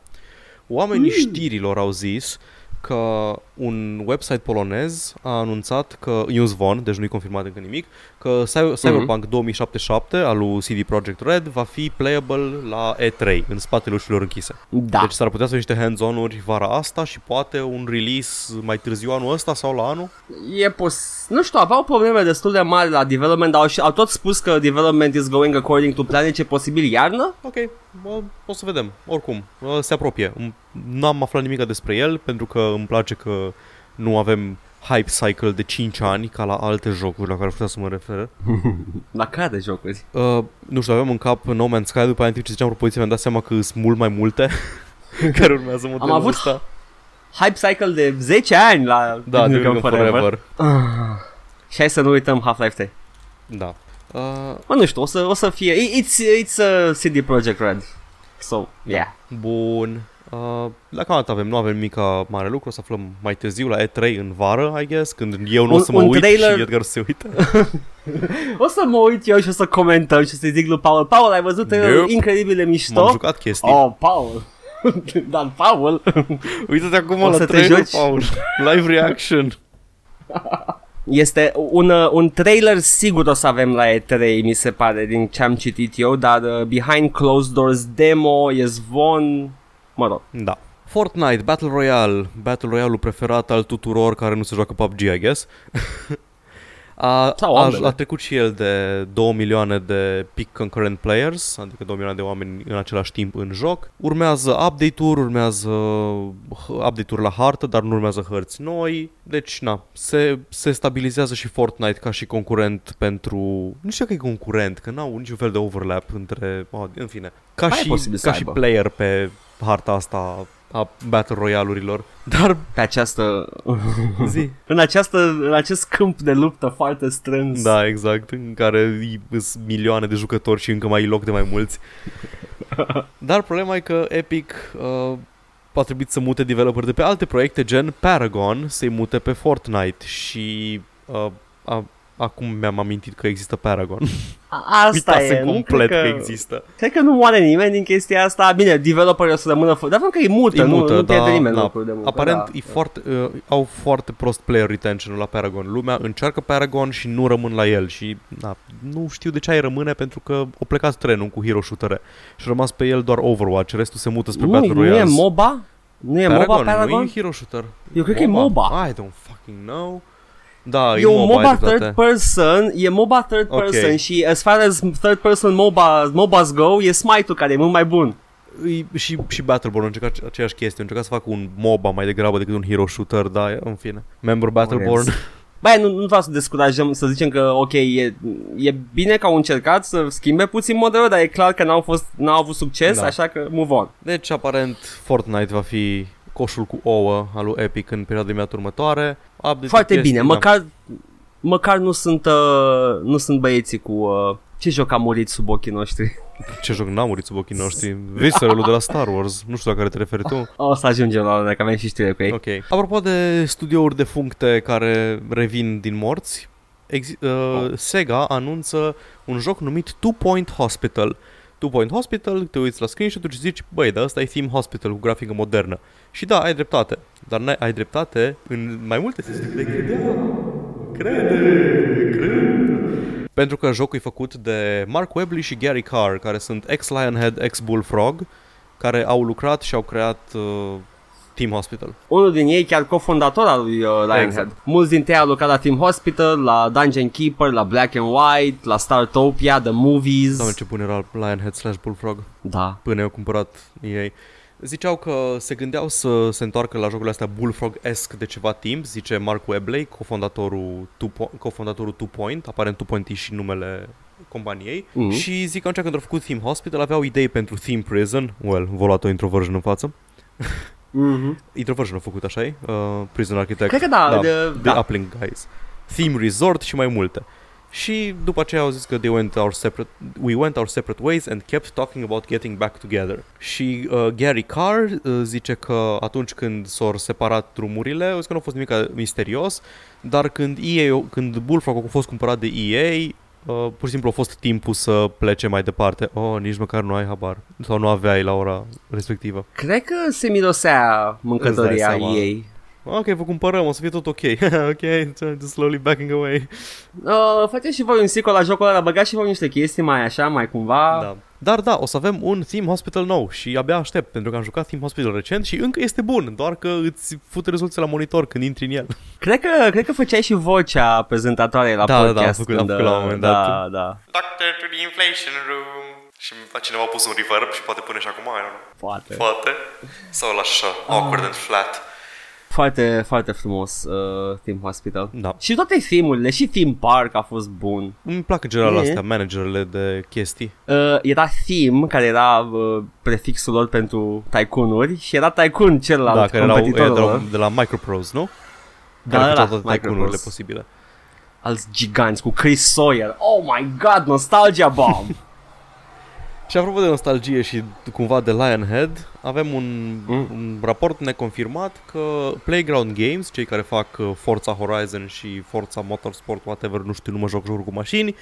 Speaker 2: Oamenii mm. știrilor au zis că un website polonez a anunțat că, e un zvon, deci nu-i confirmat încă nimic, că Cyberpunk mm-hmm. 2077 al lui CD Projekt Red va fi playable la E3, în spatele ușilor închise.
Speaker 1: Da.
Speaker 2: Deci s-ar putea să niște hands-on-uri vara asta și poate un release mai târziu anul ăsta sau la anul?
Speaker 1: E pos... Nu știu, aveau probleme destul de mari la development, dar au, și, au tot spus că development is going according to plan, ce posibil iarnă?
Speaker 2: Ok, o, o să vedem. Oricum, se apropie. Nu am aflat nimic despre el, pentru că îmi place că nu avem hype cycle de 5 ani ca la alte jocuri la care putea să mă refer.
Speaker 1: la care jocuri?
Speaker 2: Uh, nu știu, aveam în cap No Man's Sky, după aia în timp ce ziceam propoziție mi-am dat seama că sunt mult mai multe care urmează
Speaker 1: Am
Speaker 2: modelul
Speaker 1: avut
Speaker 2: ăsta.
Speaker 1: hype cycle de 10 ani la
Speaker 2: da, Duke Nukem Forever. Forever. Uh,
Speaker 1: Ah. și hai să nu uităm Half-Life 3.
Speaker 2: Da.
Speaker 1: Uh, mă, nu știu, o să, o să fie... It's, it's a CD Projekt Red. So, yeah.
Speaker 2: Bun. Uh, la cam atât avem, nu avem mic mare lucru, o să aflăm mai târziu la E3 în vară, I guess, când eu nu o să mă uit trailer... și Edgar se uită.
Speaker 1: o să mă uit eu și o să comentăm și o să zic lui Paul, Paul, ai văzut trailerul nope. incredibil de mișto?
Speaker 2: M-am jucat chestii.
Speaker 1: Oh, Paul. Dan Paul.
Speaker 2: Uite-te acum o tá la trailer, joci? Paul. Live reaction.
Speaker 1: Este un, uh, un trailer sigur o să avem la E3, mi se pare, din ce am citit eu, dar uh, Behind Closed Doors demo e zvon, mă rog.
Speaker 2: Da. Fortnite, Battle Royale, Battle Royale-ul preferat al tuturor care nu se joacă PUBG, I guess. a, Sau a, a trecut și el de 2 milioane de peak concurrent players, adică 2 milioane de oameni în același timp în joc. Urmează update-uri, urmează update-uri la hartă, dar nu urmează hărți noi. Deci, na, se, se stabilizează și Fortnite ca și concurent pentru... Nu știu că e concurent, că n-au niciun fel de overlap între... În fine, ca Hai și, ca și player pe harta asta a Battle Royale-urilor. Dar
Speaker 1: Pe această...
Speaker 2: zi.
Speaker 1: în, această, în acest câmp de luptă foarte strâns.
Speaker 2: Da, exact, în care sunt milioane de jucători și încă mai e loc de mai mulți. Dar problema e că Epic uh, a trebuit să mute developeri de pe alte proiecte, gen Paragon, să-i mute pe Fortnite și uh, a, acum mi-am amintit că există Paragon.
Speaker 1: A- Asta
Speaker 2: Uitasem
Speaker 1: e, nu?
Speaker 2: complet
Speaker 1: Cred
Speaker 2: că... că există.
Speaker 1: Cred că nu moare nimeni din chestia asta. Bine, developerii o să rămână fără. Dar văd că e mută,
Speaker 2: E
Speaker 1: nu,
Speaker 2: mută,
Speaker 1: nu
Speaker 2: da,
Speaker 1: pierde nimeni
Speaker 2: da.
Speaker 1: locul de muncă.
Speaker 2: Aparent
Speaker 1: da.
Speaker 2: e foarte, uh, au foarte prost player retention-ul la Paragon. Lumea încearcă Paragon și nu rămân la el și na, nu știu de ce ai rămâne pentru că o plecat trenul cu Hero Shooter și a rămas pe el doar Overwatch, restul se mută spre
Speaker 1: nu,
Speaker 2: Battle
Speaker 1: nu e
Speaker 2: Royale.
Speaker 1: MOBA? Nu e
Speaker 2: Paragon,
Speaker 1: MOBA Paragon?
Speaker 2: Nu e Hero Shooter.
Speaker 1: Eu cred că e MOBA.
Speaker 2: I don't fucking know. Da,
Speaker 1: E un MOBA
Speaker 2: ai
Speaker 1: third
Speaker 2: dreptate.
Speaker 1: person, e MOBA third
Speaker 2: Ok.
Speaker 1: person și as far as third person MOBA, MOBAs go, e Smite-ul care e mult mai bun.
Speaker 2: E- și, și Battleborn a încercat ace- aceeași chestie, a încercat să facă un MOBA mai degrabă decât un Hero Shooter, dar în fine. Member Battleborn.
Speaker 1: Băi, nu, nu vreau să descurajăm, să zicem că, ok, e, e bine că au încercat să schimbe puțin modelul, dar e clar că n-au, fost, n-au avut succes,
Speaker 2: Da.
Speaker 1: așa că move on.
Speaker 2: Deci, aparent, Fortnite va fi coșul cu ouă al lui Epic în perioada imediată următoare. Update
Speaker 1: Foarte
Speaker 2: chestii,
Speaker 1: bine,
Speaker 2: da.
Speaker 1: măcar, măcar nu sunt, uh, nu sunt băieții cu... Uh, ce joc a murit sub ochii noștri?
Speaker 2: Ce joc n-a murit sub ochii noștri? Viserelul de la Star Wars, nu știu la care te referi tu.
Speaker 1: O să ajungem la ăla, dacă avem și știre cu ei.
Speaker 2: Ok. Apropo de studiouri defuncte care revin din morți, exi- uh, Sega anunță un joc numit Two Point Hospital. Two Point Hospital, te uiți la screenshot-uri și zici, băi, da, ăsta e Theme Hospital cu grafică modernă. Și da, ai dreptate, dar n- ai dreptate în mai multe sensuri de credeam. Crede, crede. Pentru că jocul e făcut de Mark Webley și Gary Carr, care sunt ex-Lionhead, ex-Bullfrog, care au lucrat și au creat uh, Team Hospital.
Speaker 1: Unul din ei chiar cofondator al lui uh, Lionhead. Exact. Mulți dintre ei au lucrat la Team Hospital, la Dungeon Keeper, la Black and White, la Startopia, The Movies.
Speaker 2: Doamne, ce bun era Lionhead slash Bullfrog
Speaker 1: Da.
Speaker 2: până au cumpărat ei. Ziceau că se gândeau să se întoarcă la jocurile astea Bullfrog-esc de ceva timp, zice Mark Webley, cofondatorul Two, po- cofondatorul Two Point, aparent Two Point e și numele companiei.
Speaker 1: Mhm.
Speaker 2: Și zic că atunci când au făcut Theme Hospital aveau idei pentru Theme Prison, well, v-au luat o introversion în față.
Speaker 1: Mm-hmm.
Speaker 2: Introversion a făcut, așa e? Uh, Prison Architect.
Speaker 1: Cred că da,
Speaker 2: Mhm. da.
Speaker 1: da. De,
Speaker 2: The
Speaker 1: da.
Speaker 2: Uplink Guys, Theme Resort și mai multe. Și după aceea au zis că they went our separate, we went our separate ways and kept talking about getting back together. Și uh, Gary Carr uh, zice că atunci când s-au separat drumurile, au zis că nu a fost nimic uh, misterios, dar când EA, când Bullfrog a fost cumpărat de EA, Uh, pur și simplu a fost timpul să plece mai departe. Oh, nici măcar nu ai habar. Sau nu aveai la ora respectivă.
Speaker 1: Cred că se mirosea mâncătoria
Speaker 2: Îți dai seama.
Speaker 1: ei.
Speaker 2: Ok, vă cumpărăm, o să fie tot ok. ok, just slowly backing away.
Speaker 1: Uh, faceți și voi un sequel la jocul ăla, băgați și voi niște chestii mai așa, mai cumva.
Speaker 2: Da. Dar da, o să avem un Theme Hospital nou și abia aștept, pentru că am jucat Theme Hospital recent și încă este bun, doar că îți fute rezoluția la monitor când intri în el.
Speaker 1: Cred că, cred că făceai și vocea prezentatoarei la
Speaker 2: Da, da, da,
Speaker 1: podcast.
Speaker 2: am făcut- am
Speaker 1: când,
Speaker 2: făcut la un moment
Speaker 1: da,
Speaker 2: dat.
Speaker 1: da,
Speaker 2: Doctor to the inflation room. Și cineva a pus un reverb și poate pune și acum, I don't know.
Speaker 1: poate.
Speaker 2: Poate. Sau la așa,
Speaker 1: Ah.
Speaker 2: awkward and flat.
Speaker 1: Foarte, foarte frumos uh, Team Hospital.
Speaker 2: Da.
Speaker 1: Și toate filmurile, și Theme Park a fost bun.
Speaker 2: Îmi plac în general
Speaker 1: E.
Speaker 2: astea, managerele de chestii.
Speaker 1: Uh, era Theme, care era uh, prefixul lor pentru tycoonuri și era Tycoon celălalt
Speaker 2: da, care erau,
Speaker 1: competitorul
Speaker 2: erau
Speaker 1: lor.
Speaker 2: de la Microprose, nu?
Speaker 1: Da,
Speaker 2: care
Speaker 1: da,
Speaker 2: făceau
Speaker 1: da,
Speaker 2: toate tycoon-urile
Speaker 1: Microprose.
Speaker 2: posibile.
Speaker 1: Alți giganți cu Chris Sawyer. Oh my god, nostalgia bomb!
Speaker 2: Și apropo de nostalgie și cumva de Lionhead, avem un, mm.
Speaker 1: Mm.
Speaker 2: un raport neconfirmat că Playground Games, cei care fac uh, Forza Horizon și Forza Motorsport, whatever, nu știu, nu mă joc jocuri cu mașini,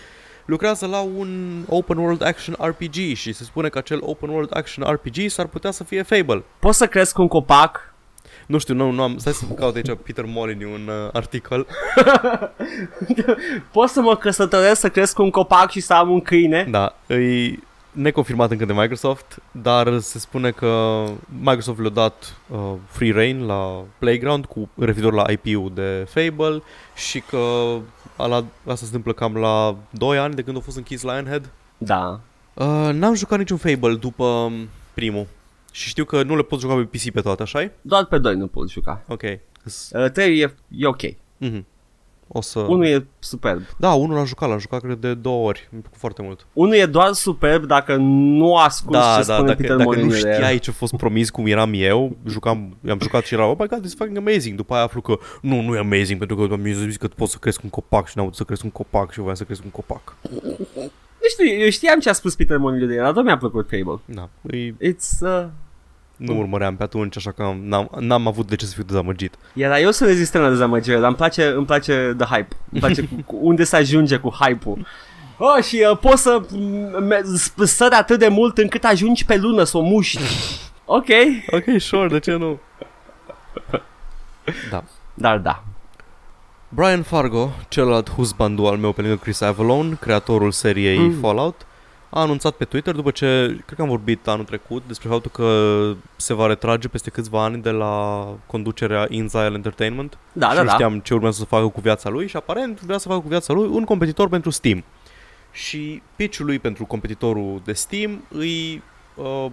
Speaker 2: lucrează la un open world action RPG și se spune că acel open world action RPG s-ar putea să fie Fable.
Speaker 1: Poți să cresc un copac?
Speaker 2: Nu știu, nu, nu am, stai să caut aici Peter Molyneux un uh, articol.
Speaker 1: Poți să mă căsătoresc să cresc un copac și să am un câine?
Speaker 2: Da, e neconfirmat încă de Microsoft, dar se spune că Microsoft le-a dat uh, free rein la Playground cu referitor la IP-ul de Fable și că ala, asta se întâmplă cam la 2 ani de când a fost închis Lionhead.
Speaker 1: Da.
Speaker 2: Uh, n-am jucat niciun Fable după primul și știu că nu le pot juca pe PC pe toate, așa
Speaker 1: Doar pe doi nu pot juca.
Speaker 2: Ok. S-
Speaker 1: Uh, trei e, e ok.
Speaker 2: Mhm. O să...
Speaker 1: Unul e superb.
Speaker 2: Da, unul l-am jucat, l-am jucat cred de două ori, mi-a plăcut foarte mult.
Speaker 1: Unul e doar superb dacă nu asculti
Speaker 2: da,
Speaker 1: ce
Speaker 2: da,
Speaker 1: spune
Speaker 2: dacă,
Speaker 1: Peter
Speaker 2: dacă
Speaker 1: Molyneux
Speaker 2: nu
Speaker 1: de el.
Speaker 2: știai ce a fost promis cum eram eu, jucam, am jucat și era, oh my god, this is fucking amazing. După aia aflu că nu, nu e amazing pentru că mi-a zis că poți să cresc un copac și n-am putut să cresc un copac și eu voiam să cresc un copac.
Speaker 1: Nu știu, eu știam ce a spus Peter Molyneux de el, dar tot mi-a plăcut Fable.
Speaker 2: Da, îi,
Speaker 1: It's, uh...
Speaker 2: nu urmăream pe atunci, așa că n-am, n-am avut de ce să fiu dezamăgit.
Speaker 1: Iar eu sunt rezistent la dezamăgire, dar îmi place, îmi place the hype. Îmi place cu, cu unde se ajunge cu hype-ul. Oh, și uh, poți să m- sări atât de mult încât ajungi pe lună să o muști. Ok.
Speaker 2: Ok, sure, de ce nu? Da.
Speaker 1: Dar da.
Speaker 2: Brian Fargo, celălalt husbandu al meu pe lângă Chris Avalon, creatorul seriei mm. Fallout, a anunțat pe Twitter, după ce cred că am vorbit anul trecut, despre faptul că se va retrage peste câțiva ani de la conducerea InZile Entertainment
Speaker 1: Da,
Speaker 2: și
Speaker 1: da,
Speaker 2: nu
Speaker 1: da.
Speaker 2: știam ce urmează să facă cu viața lui și aparent vrea să facă cu viața lui un competitor pentru Steam. Și pitch-ul lui pentru competitorul de Steam îi, uh,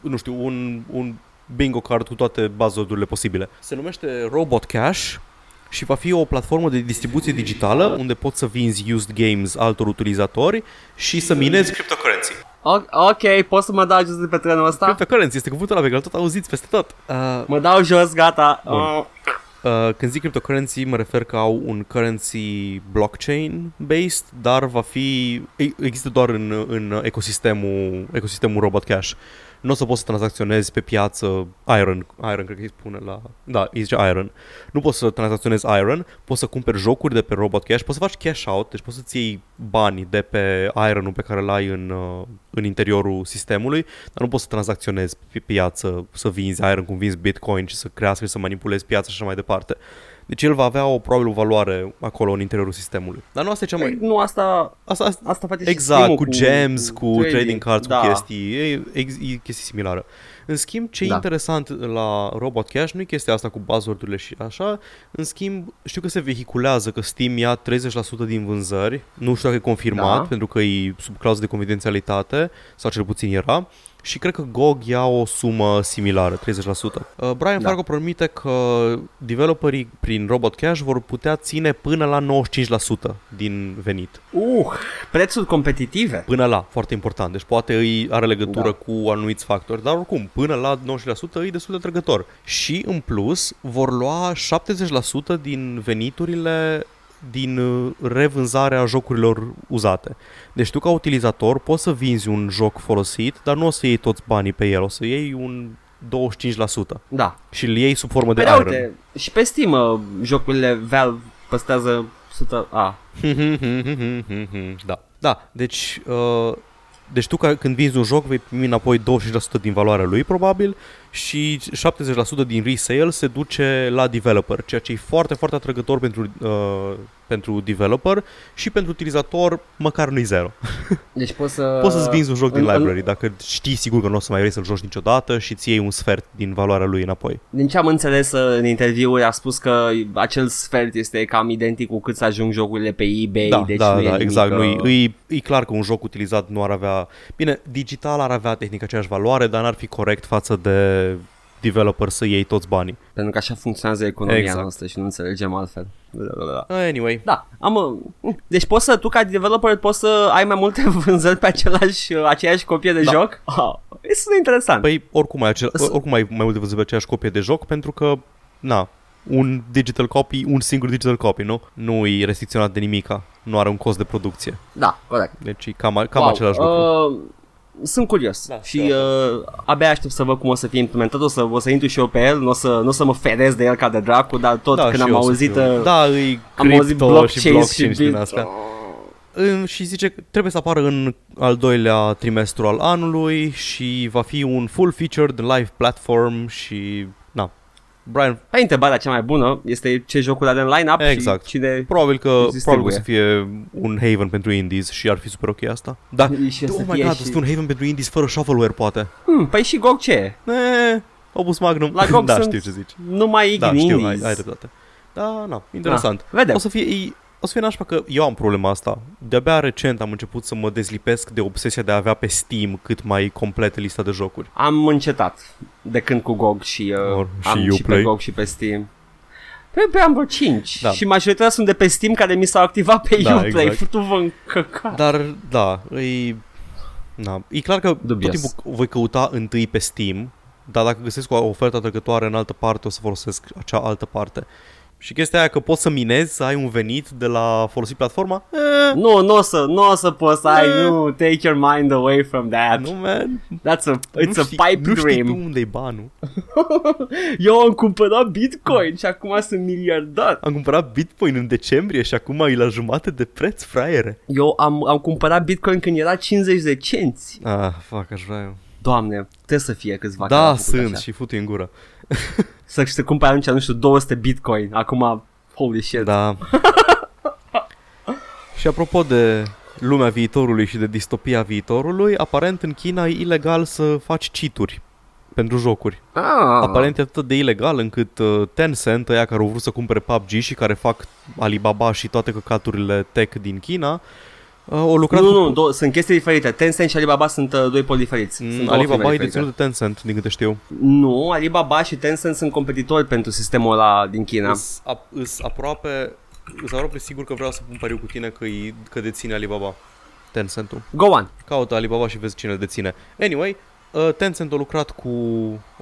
Speaker 2: nu știu, un, un bingo card cu toate buzzword-urile posibile. Se numește Robot Cash și va fi o platformă de distribuție digitală unde poți să vinzi used games altor utilizatori și să minezi cryptocurrency.
Speaker 1: O- ok, poți să mă dau jos de pe trenul ăsta?
Speaker 2: Cryptocurrency este cuvântul ăla pe care tot auziți peste tot. Uh,
Speaker 1: Mă dau jos, gata.
Speaker 2: Bun.
Speaker 1: Uh,
Speaker 2: Uh, când zic cryptocurrency, mă refer că au un currency blockchain-based, dar va fi... e- Există doar în, în ecosistemul, ecosistemul Robot Cash. Nu o să poți să tranzacționezi pe piață Iron, Iron cred că îi spune la... Da, îi zice Iron. Nu poți să tranzacționezi Iron, poți să cumperi jocuri de pe Robot Cash, poți să faci cash out, deci poți să-ți iei banii de pe Iron-ul pe care l-ai în, uh, în interiorul sistemului, dar nu poți să tranzacționezi pe piață, să vinzi Iron cum vinzi Bitcoin și să crească și să manipulezi piața și așa mai departe. Deci el va avea o probabil o valoare acolo în interiorul sistemului. Dar nu asta e cea mai...
Speaker 1: păi, nu asta,
Speaker 2: Asta, asta,
Speaker 1: asta face și
Speaker 2: Exact,
Speaker 1: stream-ul
Speaker 2: cu gems, cu trading, trading cards,
Speaker 1: da.
Speaker 2: cu chestii, e, ex, e chestii similare. În schimb, ce da.
Speaker 1: Da.
Speaker 2: e interesant la Robot Cash nu e chestia asta cu buzzword-urile și așa, în schimb, știu că se vehiculează că Steam ia 30% din vânzări, nu știu dacă e confirmat,
Speaker 1: Da.
Speaker 2: pentru că e sub clauză de confidențialitate, sau cel puțin era, și cred că GOG ia o sumă similară, 30%. Uh, Brian
Speaker 1: Da.
Speaker 2: da. Fargo promite că developerii prin Robot Cash vor putea ține până la 95% din venit.
Speaker 1: Uh, prețuri competitive.
Speaker 2: Până la, foarte important. Deci poate îi are legătură
Speaker 1: Da.
Speaker 2: da. cu anumiți factori, dar oricum, până la 90% îi destul de trăgător. Și în plus vor lua 70% din veniturile din uh, revânzarea jocurilor uzate. Deci tu ca utilizator poți să vinzi un joc folosit, dar nu o să iei toți banii pe el, o să iei un 25%
Speaker 1: Da.
Speaker 2: și îl iei sub formă de
Speaker 1: Păi da,
Speaker 2: iron.
Speaker 1: uite, și pe Steam uh, jocurile Valve păstrează 100... A,
Speaker 2: da. Da, deci... Uh, deci tu ca, când vinzi un joc vei primi înapoi 25% din valoarea lui probabil și 70% din resale se duce la developer, ceea ce e foarte, foarte atrăgător pentru, uh, pentru developer și pentru utilizator măcar nu-i zero.
Speaker 1: deci poți să...
Speaker 2: Poți să-ți vinzi un joc din
Speaker 1: în- în-
Speaker 2: library dacă știi sigur că nu o să mai vrei să-l joci niciodată și ți iei un sfert din valoarea lui înapoi.
Speaker 1: Din ce am înțeles uh, în interviuri a spus că acel sfert este cam identic cu cât să ajung jocurile pe eBay,
Speaker 2: da,
Speaker 1: deci
Speaker 2: da,
Speaker 1: nu e
Speaker 2: da,
Speaker 1: nimic,
Speaker 2: exact. Nu,
Speaker 1: uh,
Speaker 2: e, e clar că un joc utilizat nu ar avea... Bine, digital ar avea tehnic aceeași valoare, dar n-ar fi corect față de developer să iei toți banii.
Speaker 1: Pentru că așa funcționează economia
Speaker 2: Exact.
Speaker 1: noastră și nu înțelegem altfel. Da, da, da, da.
Speaker 2: Anyway,
Speaker 1: Da, am... uh, Deci poți să, tu ca developer, poți să ai mai multe vânzări pe același, uh, aceeași copie de
Speaker 2: Da.
Speaker 1: joc? Oh, este interesant.
Speaker 2: păi oricum ai, acel,
Speaker 1: S-
Speaker 2: oricum ai mai mult de văzut pe aceeași copie de joc, pentru că, na, un digital copy, un singur digital copy, nu? Nu e restricționat de nimica, nu are un cost de producție.
Speaker 1: da, corect.
Speaker 2: Deci e cam, cam același lucru.
Speaker 1: Uh, sunt curios da,
Speaker 2: Da,
Speaker 1: și uh, abia aștept să văd cum o să fie implementat, o să, o să intru și eu pe el, nu o să, nu o să mă ferez de el ca de dracu, dar tot
Speaker 2: da,
Speaker 1: când
Speaker 2: și
Speaker 1: am
Speaker 2: eu o să
Speaker 1: auzit...
Speaker 2: fiu-
Speaker 1: uh,
Speaker 2: da, îi
Speaker 1: am auzit
Speaker 2: crypto
Speaker 1: blockchain și
Speaker 2: și blockchain și din
Speaker 1: bit-
Speaker 2: astea. În- Și zice că trebuie să apară în al doilea trimestru al anului și va fi un full-featured live platform și... Na, Brian,
Speaker 1: Păi întrebarea cea mai bună este ce jocuri are în line-up
Speaker 2: Exact.
Speaker 1: și cine...
Speaker 2: probabil că,
Speaker 1: Distribuie.
Speaker 2: probabil că o să fie un haven pentru indies și ar fi super ok asta. Da,
Speaker 1: Și o să
Speaker 2: oh my
Speaker 1: fie
Speaker 2: god,
Speaker 1: și-
Speaker 2: o să fie un haven pentru indies fără shovelware, poate.
Speaker 1: Hmm, păi și GOG ce e?
Speaker 2: E, Opus Magnum.
Speaker 1: La GOG
Speaker 2: da,
Speaker 1: sunt-
Speaker 2: știu ce zici.
Speaker 1: Numai
Speaker 2: Da,
Speaker 1: Igninis.
Speaker 2: știu, ai, ai dreptate. Da, na, interesant.
Speaker 1: Vedem.
Speaker 2: O să fie, e- o să fie nașpa că eu am problema asta. De-abia recent am început să mă dezlipesc de obsesia de a avea pe Steam cât mai complet lista de jocuri.
Speaker 1: Am încetat de când cu GOG și, uh,
Speaker 2: Or,
Speaker 1: am
Speaker 2: și
Speaker 1: și pe
Speaker 2: Uplay.
Speaker 1: GOG și pe Steam. Pe, pe am vreo 5
Speaker 2: Da.
Speaker 1: da. și majoritatea sunt de pe Steam care mi s-au activat pe
Speaker 2: Da,
Speaker 1: da, Uplay.
Speaker 2: exact.
Speaker 1: Exact. Futu-vă în căcat.
Speaker 2: Dar, da, e... Na, e clar că
Speaker 1: Dubios.
Speaker 2: tot timpul voi căuta întâi pe Steam, dar dacă găsesc o ofertă atrăgătoare în altă parte, o să folosesc acea altă parte. Și chestia aia că poți să minezi, să ai un venit de la folosi platforma? Eh,
Speaker 1: Nu, nu o să, nu o să poți să ai,
Speaker 2: Eh.
Speaker 1: nu, take your mind away from that.
Speaker 2: nu,
Speaker 1: Nu.
Speaker 2: man.
Speaker 1: That's a, it's
Speaker 2: nu
Speaker 1: a
Speaker 2: știi,
Speaker 1: pipe
Speaker 2: nu
Speaker 1: dream.
Speaker 2: știi tu unde-i banul.
Speaker 1: Eu am cumpărat Bitcoin și acum sunt miliardar.
Speaker 2: Am cumpărat Bitcoin în decembrie și acum e la jumate de preț, fraiere.
Speaker 1: Eu am, am cumpărat Bitcoin când era 50 de cenți.
Speaker 2: Ah, fuck, aș vrea eu.
Speaker 1: Doamne, trebuie să fie câțiva care
Speaker 2: Da,
Speaker 1: au făcut
Speaker 2: sunt
Speaker 1: așa.
Speaker 2: și fut în gură.
Speaker 1: Să se cumpere atunci, nu știu, 200 Bitcoin. Acum, holy shit.
Speaker 2: Da. și apropo de lumea viitorului și de distopia viitorului, aparent în China e ilegal să faci cituri pentru jocuri.
Speaker 1: Ah,
Speaker 2: Aparent e atât de ilegal încât uh, Tencent, ăia care au vrut să cumpere PUBG și care fac Alibaba și toate căcaturile tech din China, uh, au lucrat
Speaker 1: Nu,
Speaker 2: cu-
Speaker 1: nu, do- sunt chestii diferite. Tencent și Alibaba sunt uh, doi poli diferiți.
Speaker 2: Mm,
Speaker 1: Sunt două firme
Speaker 2: Alibaba e
Speaker 1: diferite.
Speaker 2: deținut de Tencent, din câte știu.
Speaker 1: Nu, Alibaba și Tencent sunt competitori pentru sistemul ăla din China.
Speaker 2: Îs, ap, îs aproape, îs aproape sigur că vreau să pun pariu cu tine că, e, că deține Alibaba Tencent-ul.
Speaker 1: Go on.
Speaker 2: Caută Alibaba și vezi cine îl deține. Anyway, uh, Tencent a lucrat cu,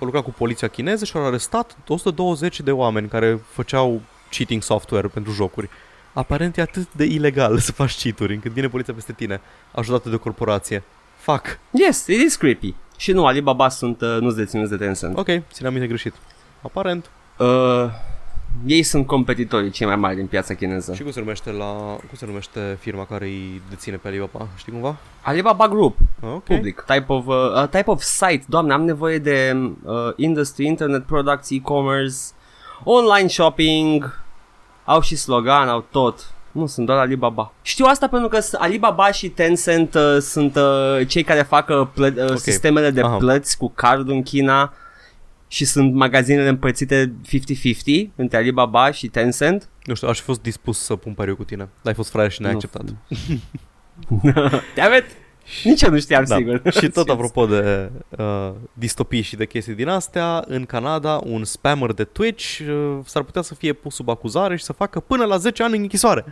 Speaker 2: a lucrat cu poliția chineză și au arestat 120 de oameni care făceau cheating software pentru jocuri. Aparent e atât de ilegal să faci cheaturi încât vine poliția peste tine, ajutată de o corporație. Fuck.
Speaker 1: Yes, it is creepy. Și nu, Alibaba sunt, uh, nu-ți deținuți de Tencent.
Speaker 2: Ok, țineam minte greșit. Aparent.
Speaker 1: Uh, ei sunt competitorii cei mai mari din piața chineză.
Speaker 2: Și cum se numește la cum se numește firma care îi deține pe Alibaba? Știi cumva?
Speaker 1: Alibaba Group,
Speaker 2: Ah, Ok.
Speaker 1: public. Type of, uh, uh, type of site. Doamne, am nevoie de uh, industry, internet products, e-commerce, online shopping. Au și slogan, au tot. Nu, sunt doar Alibaba. Știu asta pentru că s- Alibaba și Tencent uh, sunt uh, cei care fac uh, plă- uh,
Speaker 2: Ok.
Speaker 1: sistemele de
Speaker 2: Aha.
Speaker 1: plăți cu cardul în China și sunt magazinele împărțite 50-50 între Alibaba și Tencent.
Speaker 2: Nu știu, aș fi fost dispus să pun pariu cu tine. Dar ai fost fraier și ne-ai
Speaker 1: Nu.
Speaker 2: acceptat.
Speaker 1: Damn it! Nici eu nu știam
Speaker 2: Da.
Speaker 1: sigur.
Speaker 2: și tot
Speaker 1: Serios.
Speaker 2: apropo de uh, distopii și de chestii din astea, în Canada un spammer de Twitch uh, s-ar putea să fie pus sub acuzare și să facă până la 10 ani în închisoare.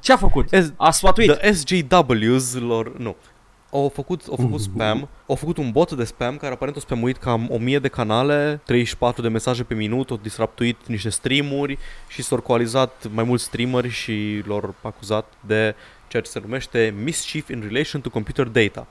Speaker 1: Ce a făcut?
Speaker 2: S-
Speaker 1: A sfătuit.
Speaker 2: The SJWs lor, nu. Mm. Au făcut, au făcut spam, au făcut un bot de spam care aparent a spamuit cam 1000 de canale, 34 de mesaje pe minut, au disruptuit niște streamuri și s-au coalizat mai mulți streameri și lor acuzat de ceea ce se numește mischief in relation to computer data.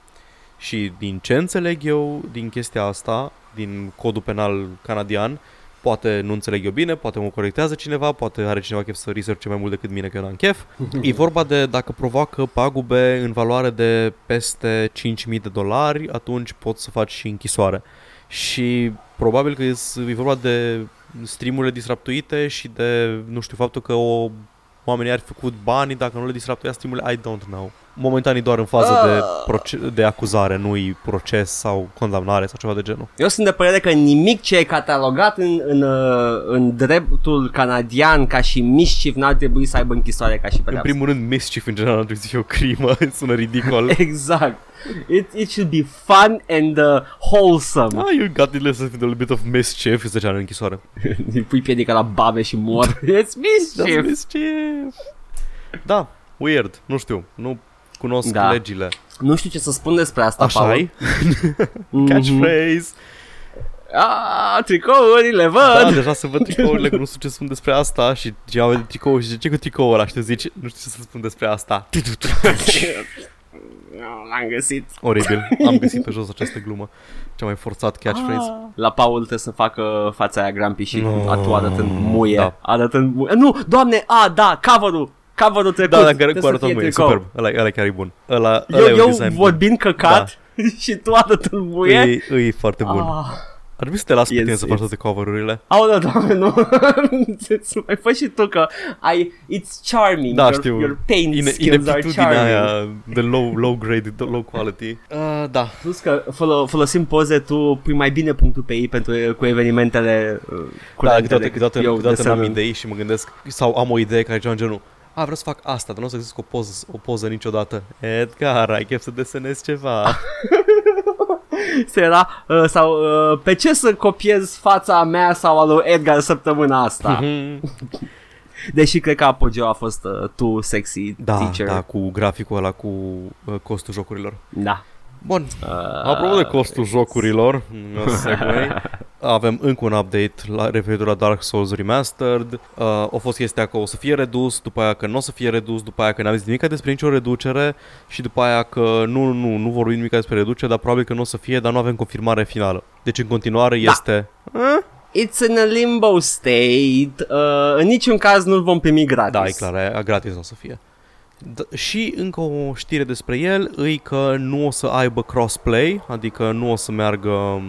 Speaker 2: Și din ce înțeleg eu din chestia asta, din codul penal canadian, poate nu înțeleg eu bine, poate mă corectează cineva, poate are cineva chef să researche mai mult decât mine că eu n-am chef. E vorba de dacă provoacă pagube în valoare de peste 5.000 de dolari, atunci poți să faci și închisoare. Și probabil că e e vorba de streamurile disruptuite și de, nu știu, faptul că o, oamenii ar fi făcut banii dacă nu le disruptuia streamurile, I don't know. Momentan e doar în fază de, proce- de acuzare, nu-i proces sau condamnare sau ceva de genul.
Speaker 1: Eu sunt de părere că nimic ce e catalogat în, în, uh, în dreptul canadian ca și mischief n-ar trebui să aibă închisoare ca și
Speaker 2: În
Speaker 1: pedeapsă.
Speaker 2: primul rând, mischief în general ar trebui să fie o crimă, sună ridicol.
Speaker 1: Exact. It, it should be fun and uh, wholesome.
Speaker 2: Ah, you got it, let's have a little bit of mischief și 10 ani în închisoare.
Speaker 1: Îi pui piedica la babe și mor. It's
Speaker 2: That's
Speaker 1: mischief.
Speaker 2: Da, mischief. Da, weird, nu știu, nu cunosc
Speaker 1: Da.
Speaker 2: legile.
Speaker 1: Nu știu ce să spun despre asta,
Speaker 2: Așa
Speaker 1: Paul.
Speaker 2: ai? Catchphrase.
Speaker 1: Mhm. Ah, tricourile,
Speaker 2: Da,
Speaker 1: văd.
Speaker 2: deja să văd tricourile, că nu știu ce să spun despre asta și geau de tricou și zice, ce cu tricoul ăla? Și te zici, nu știu ce să spun despre asta.
Speaker 1: L-am găsit.
Speaker 2: Oribil, am găsit pe jos această glumă. Cea mai forțat catchphrase.
Speaker 1: La Paul trebuie să facă fața aia grampi și
Speaker 2: No,
Speaker 1: no, atu arătând muie.
Speaker 2: da.
Speaker 1: Da. Arătând muie. Nu, doamne, a, da, cover-ul. Cover-ul trecut.
Speaker 2: Da, da, care
Speaker 1: Trebuie
Speaker 2: cu
Speaker 1: să
Speaker 2: arătăm
Speaker 1: fie
Speaker 2: mâine,
Speaker 1: tricou.
Speaker 2: superb. Ăla, ăla chiar e bun. Ăla, ăla e
Speaker 1: Eu,
Speaker 2: un
Speaker 1: eu
Speaker 2: design
Speaker 1: vorbind căcat și tu arătând
Speaker 2: bun.
Speaker 1: muie.
Speaker 2: E, e foarte bun.
Speaker 1: Ah,
Speaker 2: Ar trebui să te las pe
Speaker 1: Yes,
Speaker 2: tine să faci
Speaker 1: yes.
Speaker 2: toate cover-urile.
Speaker 1: Aoleu, doamne, nu. Să mai fă și tu că ai, it's charming.
Speaker 2: Da,
Speaker 1: your,
Speaker 2: știu.
Speaker 1: Your paint
Speaker 2: Ine-
Speaker 1: skills are
Speaker 2: ineptitudinea
Speaker 1: charming.
Speaker 2: aia de low, low grade, de low quality. Uh, da.
Speaker 1: Plus că folo- folosim poze, tu pui mai bine punctul pe ei pentru, cu evenimentele uh,
Speaker 2: Da,
Speaker 1: curente.
Speaker 2: câteodată,
Speaker 1: decât
Speaker 2: câteodată,
Speaker 1: eu
Speaker 2: câteodată
Speaker 1: desănând.
Speaker 2: n-am idei și mă gândesc sau am o idee care e ceva în genul a, vreau să fac asta, dar nu o să găsesc o poză, o poză niciodată. Edgar, ai chef să desenezi ceva.
Speaker 1: Sera, uh, sau uh, pe ce să copiez fața mea sau a lui Edgar săptămâna asta?
Speaker 2: Mhm.
Speaker 1: Deși cred că apogeu a fost uh, tu sexy
Speaker 2: Da,
Speaker 1: teacher.
Speaker 2: da, cu graficul ăla, cu uh, costul jocurilor.
Speaker 1: da.
Speaker 2: Bun,
Speaker 1: Uh,
Speaker 2: apropo de costul jocurilor, un segue, avem încă un update la referitor la Dark Souls Remastered. Uh, a fost chestia că o să fie redus, după aia că nu o să fie redus, după aia că n-am zis nimic despre nicio reducere și după aia că nu, nu, nu vorbim nimic despre reducere, dar probabil că nu o să fie, dar nu avem confirmare finală. Deci în continuare da. este... Eh?
Speaker 1: It's in a limbo state. Uh, în niciun caz nu-l vom primi gratis.
Speaker 2: Da, e clar, aia gratis nu o să fie. D- și încă o știre despre el îi că nu o să aibă crossplay, adică nu o să meargă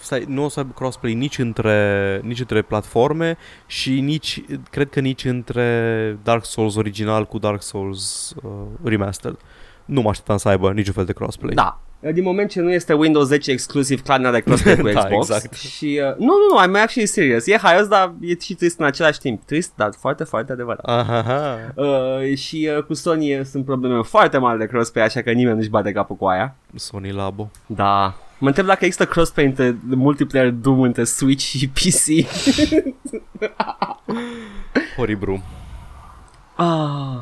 Speaker 2: stai, nu o să aibă crossplay nici între, nici între platforme și nici cred că nici între Dark Souls original cu Dark Souls uh, remastered. Nu mă așteptam să aibă niciun fel de crossplay.
Speaker 1: Da. Din moment ce nu este Windows 10 exclusiv, clar n-are crossplay cu
Speaker 2: Da,
Speaker 1: Xbox.
Speaker 2: exact.
Speaker 1: Și, uh, nu, nu, nu, I'm actually serious. E haios, dar e și trist în același timp. Trist, dar foarte, foarte adevărat.
Speaker 2: Aha.
Speaker 1: Uh, și uh, cu Sony uh, sunt probleme foarte mari de crossplay, așa că nimeni nu-și bate capul cu aia.
Speaker 2: Sony Labo.
Speaker 1: Da. Mă întreb dacă există crossplay între multiplayer Doom între Switch și PC.
Speaker 2: Horibru.
Speaker 1: Ah.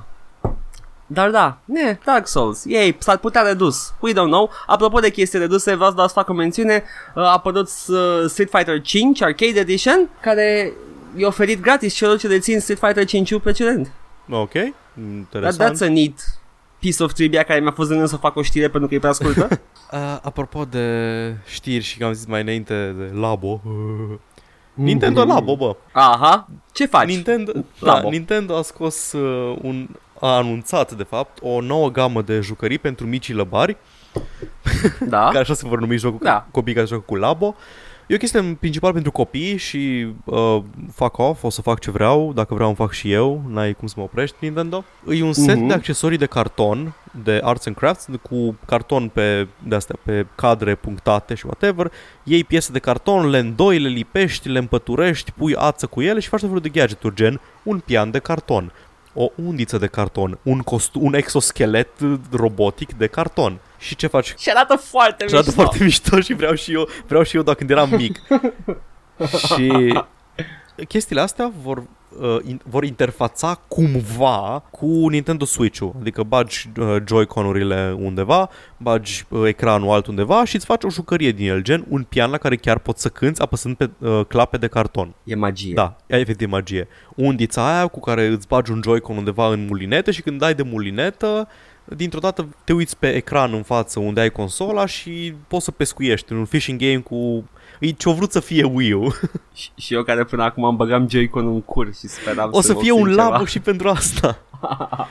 Speaker 1: Dar da, ne, Dark Souls, ei, s-ar putea redus, we don't know. Apropo de chestii reduse, vreau să doar să fac o mențiune, a apărut uh, Street Fighter 5 Arcade Edition, care i-a oferit gratis celor ce dețin Street Fighter 5 precedent.
Speaker 2: Ok,
Speaker 1: Dar
Speaker 2: interesant.
Speaker 1: that's a neat piece of trivia care mi-a fost gândit să fac o știre pentru că e prea scurtă.
Speaker 2: Uh, apropo de știri și că am zis mai înainte de Labo. Uh, Nintendo Labo, bă.
Speaker 1: Aha, ce faci?
Speaker 2: Nintendo, da,
Speaker 1: Labo.
Speaker 2: Nintendo a scos uh, un a anunțat de fapt o nouă gamă de jucării pentru micii lăbari,
Speaker 1: da?
Speaker 2: care așa se vor numi jocul
Speaker 1: Da.
Speaker 2: da. copiii care joacă cu Labo. E o chestie în principal pentru copii și uh, fac off, o să fac ce vreau, dacă vreau îmi fac și eu, n-ai cum să mă oprești Nintendo. E un set
Speaker 1: Mhm.
Speaker 2: de accesorii de carton, de arts and crafts, cu carton pe, de astea, pe cadre punctate și whatever, iei piese de carton, le îndoi, le lipești, le împăturești, pui ață cu ele și faci tot felul de gadgeturi, gen un pian de carton, o undiță de carton, un, costu- un exoschelet uh, robotic de carton. Și ce faci
Speaker 1: Și arată foarte
Speaker 2: și arată
Speaker 1: mișto.
Speaker 2: foarte mișto și vreau și eu, vreau și eu dacă când eram mic. și chestiile astea vor, uh, in, vor interfața cumva cu Nintendo Switch-ul. Adică bagi uh, Joy-Con-urile undeva, bagi uh, ecranul altundeva și îți faci o jucărie din el, gen un pian la care chiar poți să cânti apăsând pe uh, clape de carton.
Speaker 1: E magie.
Speaker 2: Da, e efectiv magie. Undița aia cu care îți bagi un Joy-Con undeva în mulinetă și când dai de mulinetă, dintr-o dată te uiți pe ecran în față unde ai consola și poți să pescuiești în un fishing game cu... E ce-o vrut să fie Wii U.
Speaker 1: Și, și eu care până acum am băgam Joy-Con în cur și speram
Speaker 2: O să
Speaker 1: mă
Speaker 2: fie
Speaker 1: obțin
Speaker 2: un
Speaker 1: ceva.
Speaker 2: labo și pentru asta.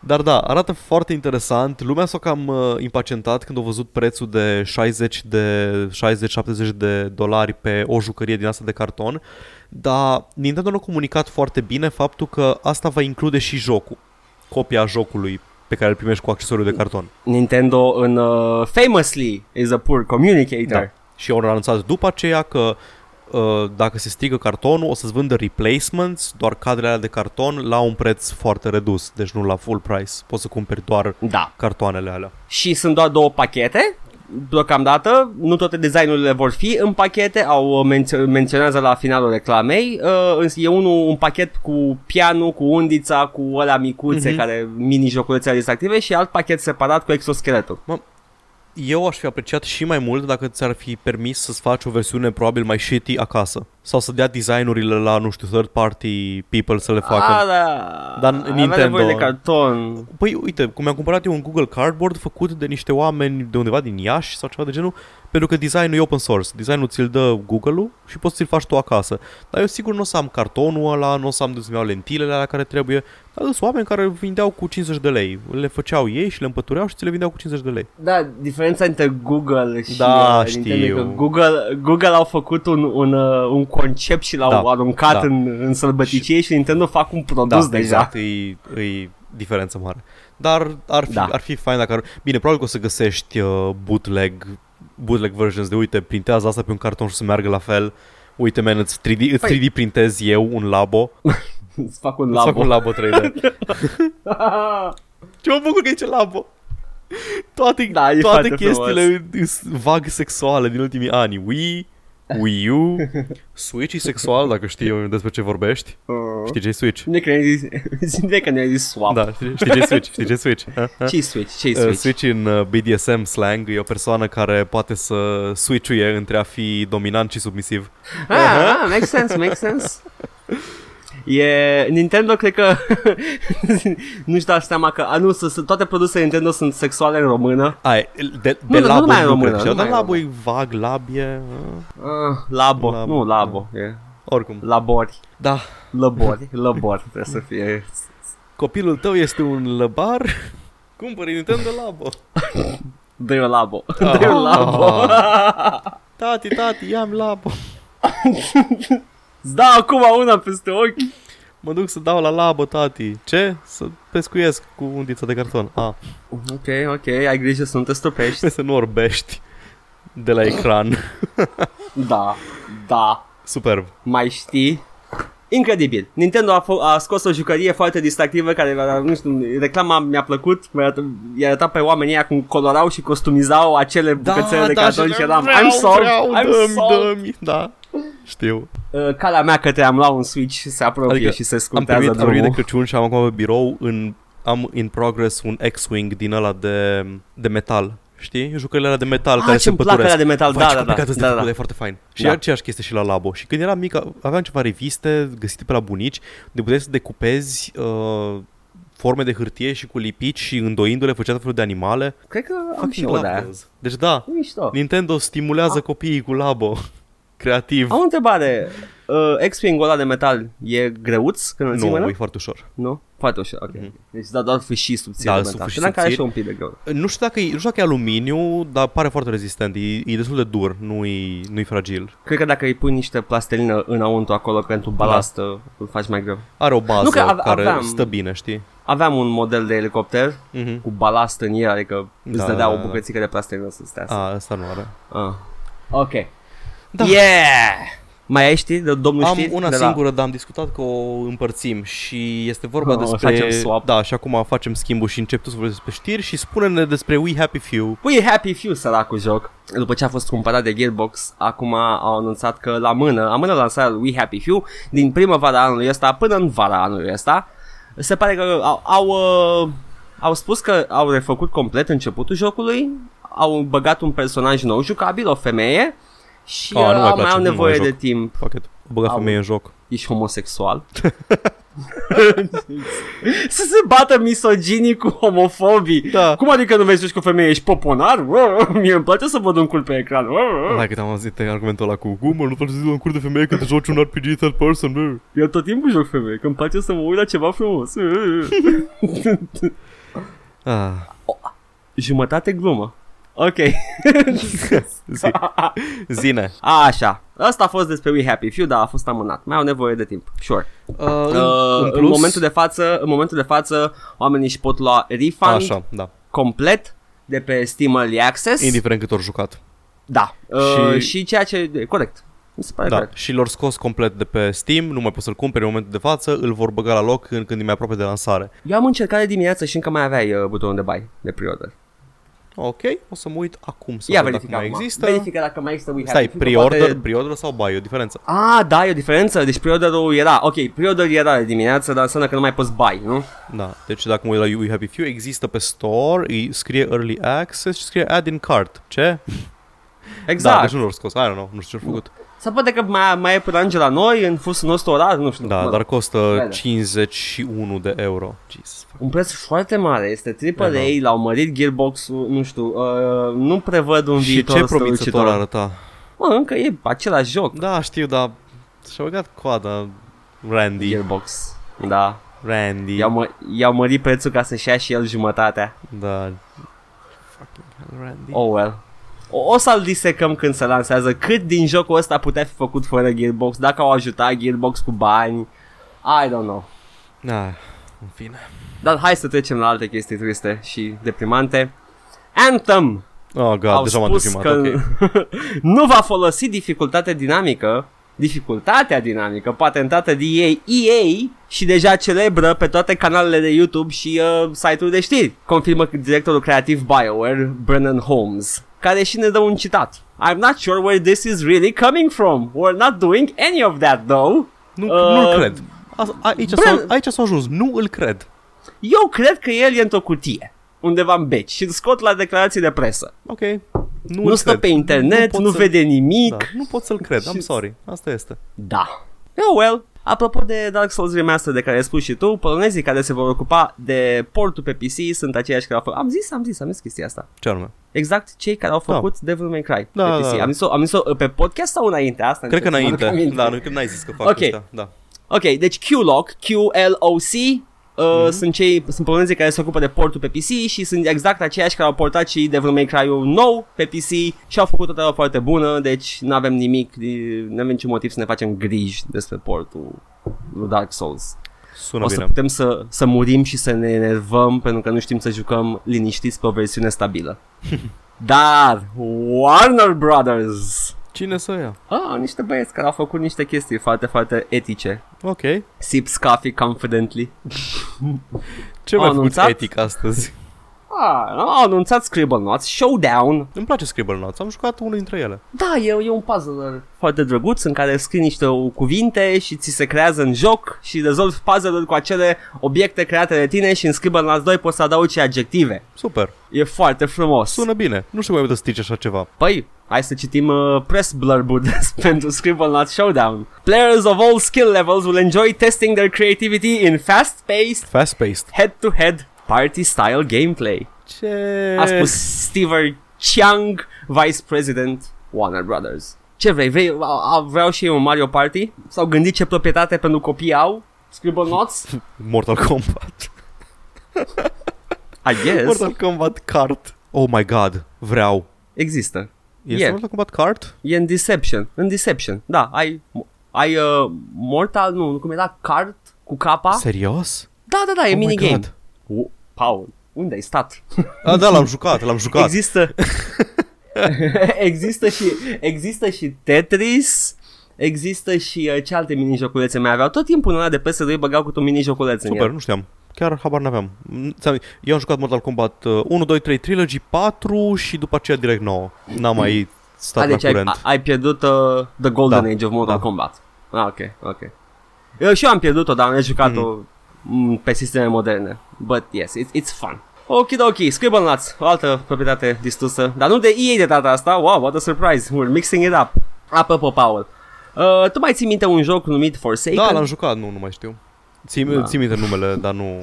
Speaker 2: Dar da, arată foarte interesant. Lumea s-a cam uh, impacientat când au văzut prețul de 60 de 60-70 de dolari pe o jucărie din asta de carton, dar Nintendo a comunicat foarte bine faptul că asta va include și jocul, copia jocului pe care îl primești cu accesoriul de carton.
Speaker 1: Nintendo în uh, famously is a poor communicator.
Speaker 2: Da. Și au anunțat după aceea că uh, dacă se strigă cartonul, o să-ți vândă replacements, doar cadrele alea de carton, la un preț foarte redus, deci nu la full price. Poți să cumperi doar
Speaker 1: Da. da.
Speaker 2: cartoanele alea.
Speaker 1: Și sunt doar două pachete deocamdată, nu toate designurile vor fi în pachete, au menț- menționează la finalul reclamei, uh, însă e unul un pachet cu pianul, cu undița, cu ăla micuțe,
Speaker 2: Mhm.
Speaker 1: care mini joculețele distractive și alt pachet separat cu exoscheletul.
Speaker 2: Eu aș fi apreciat și mai mult dacă ți-ar fi permis să-ți faci o versiune probabil mai shitty acasă. Sau să dea designurile la, nu știu, third party people să le facă.
Speaker 1: Ah, da.
Speaker 2: Dar
Speaker 1: Avea
Speaker 2: Nintendo-
Speaker 1: nevoie de carton.
Speaker 2: Păi uite, cum mi-am cumpărat eu un Google Cardboard făcut de niște oameni de undeva din Iași sau ceva de genul, pentru că designul e open source. Designul ți-l dă Google-ul și poți să-l faci tu acasă. Dar eu sigur nu o să am cartonul ăla, nu o să am de să-mi iau lentilele alea care trebuie. Dar sunt oameni care vindeau cu 50 de lei. Le făceau ei și le împătureau și ți le vindeau cu 50 de lei.
Speaker 1: Da, diferența între Google și
Speaker 2: Da,
Speaker 1: uh, Nintendo e
Speaker 2: știu.
Speaker 1: că Google, Google au făcut un, un, uh, un concept și l-au
Speaker 2: Da,
Speaker 1: aruncat
Speaker 2: da.
Speaker 1: în, în sălbăticie și, Nintendo fac un produs deja.
Speaker 2: exact, e, e diferență mare. Dar ar fi,
Speaker 1: Da.
Speaker 2: da. ar fi fain dacă ar... Bine, probabil că o să găsești uh, bootleg, bootleg versions de uite, printează asta pe un carton și o să meargă la fel. Uite, man, îți 3D, îți
Speaker 1: Păi-
Speaker 2: 3D printez eu un labo.
Speaker 1: Îți fac un
Speaker 2: Îți fac
Speaker 1: labo.
Speaker 2: un labo 3D. Ce mă bucur că e ce labo. Toate,
Speaker 1: Da, e
Speaker 2: toate
Speaker 1: foarte
Speaker 2: chestiile sunt vag sexuale din ultimii ani. Wii, Wii U, Switch e sexual, dacă știi despre ce vorbești.
Speaker 1: Uh,
Speaker 2: Știi ce Switch?
Speaker 1: ne că ne-ai zis, zine că ne-ai zis swap.
Speaker 2: Da, știi, știi ce Switch? Știi ce Switch? Ha? Ha?
Speaker 1: Ce-i Switch? Ce-i
Speaker 2: Uh,
Speaker 1: Switch?
Speaker 2: Switch în uh, BDSM slang e o persoană care poate să switchuie între a fi dominant și submisiv.
Speaker 1: Ah, ah, makes sense, makes sense. E, Nintendo cred că nu-și da seama că a, nu, să, să, toate produsele Nintendo sunt sexuale în română.
Speaker 2: Ai, de,
Speaker 1: Nu, nu,
Speaker 2: de
Speaker 1: nu
Speaker 2: labo
Speaker 1: mai e
Speaker 2: nu,
Speaker 1: română,
Speaker 2: cred că
Speaker 1: nu
Speaker 2: știu, dar
Speaker 1: mai e
Speaker 2: labo e vag, labie, uh,
Speaker 1: Ah, labo.
Speaker 2: Labo. da.
Speaker 1: nu labo, e,
Speaker 2: oricum.
Speaker 1: labori,
Speaker 2: Da,
Speaker 1: lăbori, lăbori trebuie să fie.
Speaker 2: copilul tău este un lăbar, cumpără Nintendo Labo.
Speaker 1: Dă-i o labo,
Speaker 2: Ah.
Speaker 1: dă-i o labo.
Speaker 2: Tati, tati, ia-mi Labo.
Speaker 1: Îți dau acum una peste ochi.
Speaker 2: Mă duc să dau la Labo, tati. Ce? Să pescuiesc cu undița de carton. A,
Speaker 1: Ok, ok, ai grijă să nu te stopești.
Speaker 2: să nu orbești de la ecran.
Speaker 1: Da, da,
Speaker 2: Superb.
Speaker 1: mai știi? Incredibil. Nintendo a, fo- a scos o jucărie foarte distractivă care, era- nu știu, reclama mi-a plăcut, mi-a arătat- i-a arătat pe oamenii aia cum colorau și costumizau acele
Speaker 2: Da,
Speaker 1: bucățele de carton Da, și eram I'm sold, I'm
Speaker 2: dă-mi,
Speaker 1: sold.
Speaker 2: dă-mi, da. Știu.
Speaker 1: Uh, calea mea către am lua un Switch se apropie
Speaker 2: Adică
Speaker 1: și se
Speaker 2: Am
Speaker 1: scurtează
Speaker 2: primit, am primit de
Speaker 1: drumul.
Speaker 2: Crăciun și am acum pe birou în, am in progress un X-Wing din ăla de, de metal. Știi? Jucările alea de metal
Speaker 1: Ah,
Speaker 2: care se
Speaker 1: ce-mi plac
Speaker 2: păturesc.
Speaker 1: alea de metal,
Speaker 2: Vai,
Speaker 1: da,
Speaker 2: ce
Speaker 1: da, da,
Speaker 2: complicat este
Speaker 1: da,
Speaker 2: făcut,
Speaker 1: da.
Speaker 2: e foarte fain. Și
Speaker 1: Da.
Speaker 2: da. aceeași chestie și la Labo. Și când eram mic, aveam ceva reviste găsite pe la bunici, de puteai să decupezi uh, forme de hârtie și cu lipici și îndoindu-le făceai tot felul de animale.
Speaker 1: Cred că am și
Speaker 2: Fucking
Speaker 1: eu
Speaker 2: love
Speaker 1: de aia.
Speaker 2: those. Deci da,
Speaker 1: Mișto.
Speaker 2: Nintendo stimulează
Speaker 1: Ah.
Speaker 2: copiii cu Labo. Creativ.
Speaker 1: Am o întrebare. Uh, X-Wing ăla de metal e greuț când îl ții
Speaker 2: Nu,
Speaker 1: mână?
Speaker 2: e foarte ușor.
Speaker 1: Nu? Foarte ușor, ok. Deci da, doar fi și subțire
Speaker 2: Da,
Speaker 1: da,
Speaker 2: sub-
Speaker 1: metal.
Speaker 2: și
Speaker 1: Credeam că are și
Speaker 2: subțiri.
Speaker 1: un pic de greu.
Speaker 2: Nu știu dacă e, nu știu dacă e aluminiu, dar pare foarte rezistent. E, e destul de dur, nu e, nu e fragil.
Speaker 1: Cred că dacă îi pui niște plastelină înăuntru acolo pentru balast, da. îl faci mai greu.
Speaker 2: Are o bază
Speaker 1: Nu, că ave-
Speaker 2: care
Speaker 1: aveam-
Speaker 2: stă bine, știi?
Speaker 1: Aveam un model de helicopter
Speaker 2: Mhm.
Speaker 1: cu balast în el, adică da, îți
Speaker 2: Da,
Speaker 1: dădea
Speaker 2: da,
Speaker 1: o
Speaker 2: da.
Speaker 1: bucățică de plastelină să stea.
Speaker 2: A, asta nu are.
Speaker 1: Ah. Ok.
Speaker 2: Da.
Speaker 1: Yeah! Mai ai știi de domnul
Speaker 2: Am
Speaker 1: știri?
Speaker 2: una
Speaker 1: de
Speaker 2: singură, dar am discutat că o împărțim și este vorba
Speaker 1: O
Speaker 2: despre...
Speaker 1: Oh, facem swap.
Speaker 2: Da, și acum facem schimbul și încep tu să vorbești despre știri și spune-ne despre We Happy Few.
Speaker 1: Pui Happy Few, săracul joc. După ce a fost cumpărat de Gearbox, acum au anunțat că la mână, amână lansarea lui We Happy Few din primăvara anului ăsta până în vara anului ăsta. Se pare că au, au, uh, au spus că au refăcut complet începutul jocului, au băgat un personaj nou jucabil, o femeie, și
Speaker 2: Ah, nu
Speaker 1: uh,
Speaker 2: mai
Speaker 1: au mai
Speaker 2: place,
Speaker 1: au
Speaker 2: nu mai
Speaker 1: nevoie
Speaker 2: joc.
Speaker 1: de timp.
Speaker 2: Fuck it. Băga
Speaker 1: Au.
Speaker 2: femeie în joc.
Speaker 1: Ești homosexual? să se bată misoginii cu homofobii
Speaker 2: Da.
Speaker 1: Cum adică nu vezi tu și că femeie ești poponar? Mie îmi place să văd un cul pe ecran
Speaker 2: Hai că am auzit argumentul ăla cu Cum, mă, nu faci să în cur de femeie când te joci un RPG third person, bă.
Speaker 1: Eu tot timpul joc femeie, că îmi place să mă uit la ceva frumos
Speaker 2: Ah,
Speaker 1: Jumătate glumă Ok
Speaker 2: zi. Zine.
Speaker 1: Așa Asta a fost despre We Happy Few, dar a fost amânat Mai au nevoie de timp, sure
Speaker 2: Uh, în,
Speaker 1: Uh, în,
Speaker 2: plus-
Speaker 1: momentul de față, în momentul de față, oamenii își pot lua refund
Speaker 2: Așa, da.
Speaker 1: complet de pe Steam Early Access.
Speaker 2: Indiferent cât ori jucat.
Speaker 1: Da. Uh, și...
Speaker 2: Și-
Speaker 1: ceea ce... Corect. Mi se pare
Speaker 2: Da.
Speaker 1: corect.
Speaker 2: Și l-or scos complet de pe Steam, nu mai poți să-l cumperi în momentul de față, îl vor băga la loc când, când e mai aproape de lansare.
Speaker 1: Eu am încercat de dimineață și încă mai aveai uh, butonul de buy, de pre-order.
Speaker 2: Ok, o să mă uit acum să
Speaker 1: Ia
Speaker 2: văd
Speaker 1: verifică
Speaker 2: dacă mai
Speaker 1: acum.
Speaker 2: există.
Speaker 1: Verifică dacă mai există We Happy
Speaker 2: Stai,
Speaker 1: Few,
Speaker 2: pre-order,
Speaker 1: că Poate...
Speaker 2: pre-order sau buy, e o diferență.
Speaker 1: Ah, da, e o diferență. Deci pre-order-ul era. Ok, pre-order era de dimineață, dar înseamnă că nu mai poți buy, nu?
Speaker 2: Da, deci dacă mă uit la We Happy Few, există pe store, îi scrie Early Access și scrie Add in Cart. Ce? Da,
Speaker 1: Exact.
Speaker 2: deci nu l-au scos, I don't know, nu știu ce-au făcut.
Speaker 1: Sau poate că mai, mai e până ajunge la noi, în fustul nostru orar, nu știu.
Speaker 2: Da,
Speaker 1: mă,
Speaker 2: dar costă
Speaker 1: Bine.
Speaker 2: 51 de euro. Jesus, fuck.
Speaker 1: Un preț foarte mare, este AAA,
Speaker 2: Da,
Speaker 1: da. l-au mărit gearbox-ul, nu știu, uh, nu prevăd un
Speaker 2: Și
Speaker 1: viitor
Speaker 2: ce
Speaker 1: strălucitor.
Speaker 2: promițător arăta.
Speaker 1: Mă, încă e același joc.
Speaker 2: Da, știu, dar și-a băgat coada Randy.
Speaker 1: Gearbox. Da.
Speaker 2: Randy.
Speaker 1: I-au, mă, i-au mărit prețul ca să-și ia și el jumătatea.
Speaker 2: Da. Fucking hell, Randy.
Speaker 1: Oh well. O, o să-l disecăm când se lansează. Cât din jocul ăsta putea fi făcut fără Gearbox? Dacă au ajutat Gearbox cu bani? I don't know.
Speaker 2: Da, în fine.
Speaker 1: Dar hai să trecem la alte chestii triste și deprimante. Anthem
Speaker 2: Oh, God,
Speaker 1: au
Speaker 2: deja m-am
Speaker 1: spus
Speaker 2: deprimat,
Speaker 1: că
Speaker 2: ok.
Speaker 1: nu va folosi dificultate dinamică dificultatea dinamică patentată de ei, EA și deja celebră pe toate canalele de YouTube și uh, site-ul de știri, confirmă directorul creativ BioWare, Brennan Holmes, care și ne dă un citat. I'm not sure where this is really coming from. We're not doing any of that though.
Speaker 2: Nu,
Speaker 1: Uh,
Speaker 2: nu cred. A- Aici,
Speaker 1: Bran-
Speaker 2: s-a, aici s-a ajuns. Nu îl cred.
Speaker 1: Eu cred că el e într-o cutie undeva în beci și îl scot la declarații de presă.
Speaker 2: Ok. Nu,
Speaker 1: Nu,
Speaker 2: îl
Speaker 1: stă
Speaker 2: cred.
Speaker 1: pe internet, nu,
Speaker 2: pot
Speaker 1: nu
Speaker 2: să-
Speaker 1: vede nimic.
Speaker 2: Da, nu pot să-l cred. I'm
Speaker 1: Și-
Speaker 2: sorry. Asta este.
Speaker 1: Da. Oh well. Apropo de Dark Souls Remaster de care ai spus și tu, polonezii care se vor ocupa de portul pe PC sunt aceiași care au făcut... Am zis, am zis, am zis chestia asta.
Speaker 2: Ce anume?
Speaker 1: Exact cei care au făcut Devil May Cry
Speaker 2: Da,
Speaker 1: pe PC.
Speaker 2: da, da.
Speaker 1: Am zis-o, am zis-o pe podcast sau înainte asta?
Speaker 2: Cred că
Speaker 1: încerc să mă aduc
Speaker 2: înainte.
Speaker 1: aminte.
Speaker 2: Da, nu, că n-ai zis că fac
Speaker 1: Ok.
Speaker 2: ăștia. Da.
Speaker 1: Ok, deci Q-Lock, Q-L-O-C, uh, sunt cei, sunt polonezii care se ocupă de portul pe PC și sunt exact aceiași care au portat și Devil May Cry-ul nou pe PC și au făcut o treabă foarte bună, deci nu avem nimic, nu avem niciun motiv să ne facem griji despre portul lui Dark Souls.
Speaker 2: Sună
Speaker 1: o să
Speaker 2: bine.
Speaker 1: putem să, să murim și să ne enervăm pentru că nu știm să jucăm liniștiți pe o versiune stabilă. Dar Warner Brothers...
Speaker 2: Cine să o ia?
Speaker 1: Ah, niște băieți care au făcut niște chestii foarte, foarte etice.
Speaker 2: Ok.
Speaker 1: Sips coffee confidently.
Speaker 2: Ce mai făcut
Speaker 1: anunțat?
Speaker 2: etic astăzi?
Speaker 1: Ah, au anunțat Scribblenauts Showdown.
Speaker 2: Îmi place Scribblenauts. Am jucat unul dintre ele.
Speaker 1: Da, e, e un puzzler foarte drăguț în care scrii niște cuvinte și ți se creează în joc și rezolvi puzzle-uri cu acele obiecte create de tine și în Scribblenauts 2 poți să adaugi și adjective.
Speaker 2: Super.
Speaker 1: E foarte frumos.
Speaker 2: Sună bine. Nu știu cum ai putut să strici așa ceva.
Speaker 1: Păi, hai să citim uh, press blurb pentru Scribblenauts Showdown. Players of all skill levels will enjoy testing their creativity in fast-paced,
Speaker 2: Fast-paced.
Speaker 1: head-to-head, party-style gameplay.
Speaker 2: Ce?
Speaker 1: A spus Stever Chiang, Vice President Warner Brothers. Ce vrei? vrei a, a, vreau și eu un Mario Party? S-au gândit ce proprietate pentru copii au? Scribblenauts?
Speaker 2: Mortal Kombat.
Speaker 1: I guess.
Speaker 2: Mortal Kombat Kart. Oh my god. Vreau.
Speaker 1: Există.
Speaker 2: Este
Speaker 1: E.
Speaker 2: Mortal Kombat Kart?
Speaker 1: E în Deception. În Deception. Da, ai... Ai uh, Mortal... Nu, nu cum era? Cart? Cu capa?
Speaker 2: Serios?
Speaker 1: Da, da, da, Ah. e
Speaker 2: Oh my
Speaker 1: minigame.
Speaker 2: God.
Speaker 1: U- Paul, unde ai stat?
Speaker 2: A, da, l-am jucat, l-am jucat.
Speaker 1: Există există și există și Tetris, există și uh, ce alte minijoculețe mai aveau. Tot timpul ăla de PS2 băgau cu un minijoculeț în
Speaker 2: Super,
Speaker 1: el.
Speaker 2: nu știam. Chiar habar n-aveam. Mm, ți-am- Eu am jucat Mortal Kombat uh, 1, 2, 3, Trilogy 4 și după aceea direct 9. N-am mai stat
Speaker 1: A, deci
Speaker 2: la
Speaker 1: ai,
Speaker 2: curent.
Speaker 1: a- ai pierdut uh, The Golden
Speaker 2: Da,
Speaker 1: Age of Mortal
Speaker 2: da.
Speaker 1: Kombat. Ah, ok, ok. Eu și eu am pierdut-o, dar am jucat-o mm pe sisteme moderne. But yes, it's, it's fun. Ok, ok, Scribblenauts, o altă proprietate distrusă, dar nu de ei de data asta, wow, what a surprise, we're mixing it up. Apropo, Paul, uh, tu mai ții minte un joc numit Forsaken?
Speaker 2: Da, l-am jucat, nu, nu mai știu. Țin,
Speaker 1: Da.
Speaker 2: da. țin minte numele, dar nu...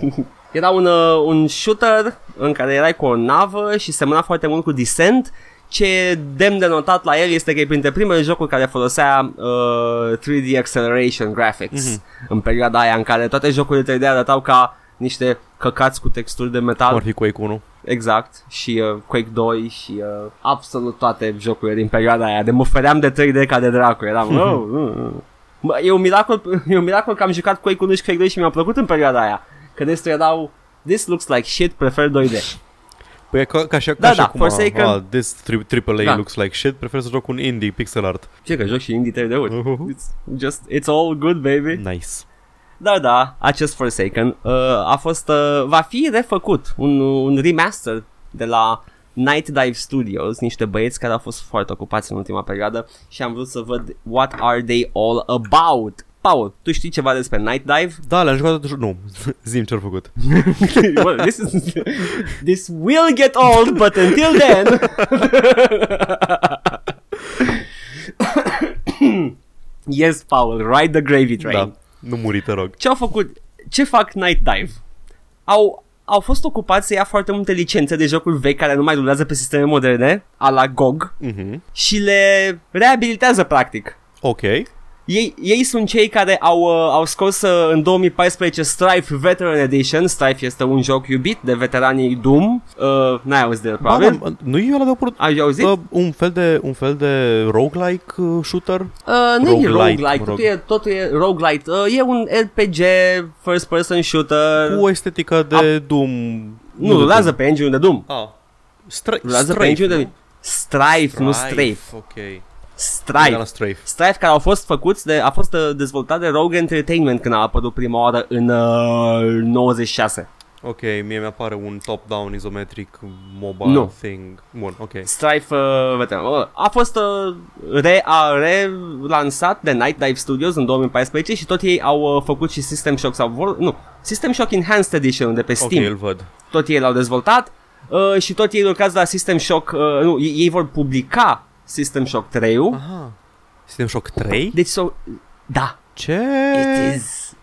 Speaker 1: Era un, uh, un shooter în care erai cu o navă și semăna foarte mult cu Descent. Ce e demn de notat la el este că e printre primele jocuri care folosea uh, 3D Acceleration Graphics mm-hmm. în perioada aia în care toate jocurile 3D arătau ca niște căcați cu texturi de metal.
Speaker 2: Cum ar fi Quake 1?
Speaker 1: Exact, și uh, Quake 2 și uh, absolut toate jocurile din perioada aia. De mă feream de 3D ca de dracu, eram... Oh, uh, uh. Mă, e, un miracol, e un miracol că am jucat Quake 1 și Quake 2 și mi-a plăcut în perioada aia. Că destul erau... This looks like shit, prefer 2D.
Speaker 2: Păi e ca, ca și, ca
Speaker 1: Da,
Speaker 2: și
Speaker 1: da,
Speaker 2: acum,
Speaker 1: Forsaken.
Speaker 2: ah, this tri- AAA
Speaker 1: Da.
Speaker 2: looks like shit, prefer să joc un indie pixel art.
Speaker 1: Ce că joc și indie 3D-uri.
Speaker 2: Uhuhu.
Speaker 1: It's just, it's all good, baby.
Speaker 2: Nice.
Speaker 1: Da, da, acest Forsaken uh, a fost, uh, va fi refăcut un, un remaster de la Night Dive Studios, niște băieți care au fost foarte ocupați în ultima perioadă și am vrut să văd what are they all about. Paul, tu știi ceva despre Night Dive?
Speaker 2: Da, le-am jucat atunci... Nu, zim ce-au făcut.
Speaker 1: Well, this, is, this will get old, but until then... yes, Paul, ride the gravy train.
Speaker 2: Da, nu muri, te rog.
Speaker 1: ce au făcut, ce fac Night Dive? Au, au fost ocupați să ia foarte multe licențe de jocuri vechi care nu mai durează pe sisteme moderne, a la GOG,
Speaker 2: Mhm.
Speaker 1: și le reabilitează practic.
Speaker 2: Ok.
Speaker 1: Ei, ei sunt cei care au, uh, au scos uh, în 2014 Strife Veteran Edition. Strife este un joc iubit de veteranii Doom. Uh, n-ai auzit de el,
Speaker 2: Ba,
Speaker 1: probabil.
Speaker 2: da, nu e ăla de apărut...
Speaker 1: Ai auzit?
Speaker 2: Uh, un fel de un fel de roguelike uh, shooter.
Speaker 1: Uh, nu e
Speaker 2: roguelite,
Speaker 1: roguelite,
Speaker 2: mă rog.
Speaker 1: totul e, totul e roguelite. Uh, e un RPG, first person shooter.
Speaker 2: cu o estetică de Doom.
Speaker 1: Uh, nu, durează pe engine de Doom.
Speaker 2: Ah. Stra-
Speaker 1: Rulează pe engine de... Strife, nu Strafe.
Speaker 2: Ok.
Speaker 1: Strive.
Speaker 2: Era la Strafe.
Speaker 1: Strife care au fost făcuți de, a fost uh, dezvoltat de Rogue Entertainment când a apărut prima oară în uh, 96.
Speaker 2: Ok, mie mi-apare un top-down izometric mobile
Speaker 1: Nu.
Speaker 2: thing. Bun, ok.
Speaker 1: Strife, uh, veteran, uh, a fost uh, re, a, relansat de Night Dive Studios în 2014 și tot ei au uh, făcut și System Shock sau vor, nu, System Shock Enhanced Edition de pe
Speaker 2: Ok,
Speaker 1: Steam.
Speaker 2: îl văd.
Speaker 1: tot ei l-au dezvoltat uh, și tot ei lucrează la System Shock, uh, nu, ei ei vor publica System Shock 3-ul.
Speaker 2: Aha. System Shock 3?
Speaker 1: Deci, so, da,
Speaker 2: Ce?
Speaker 1: it is.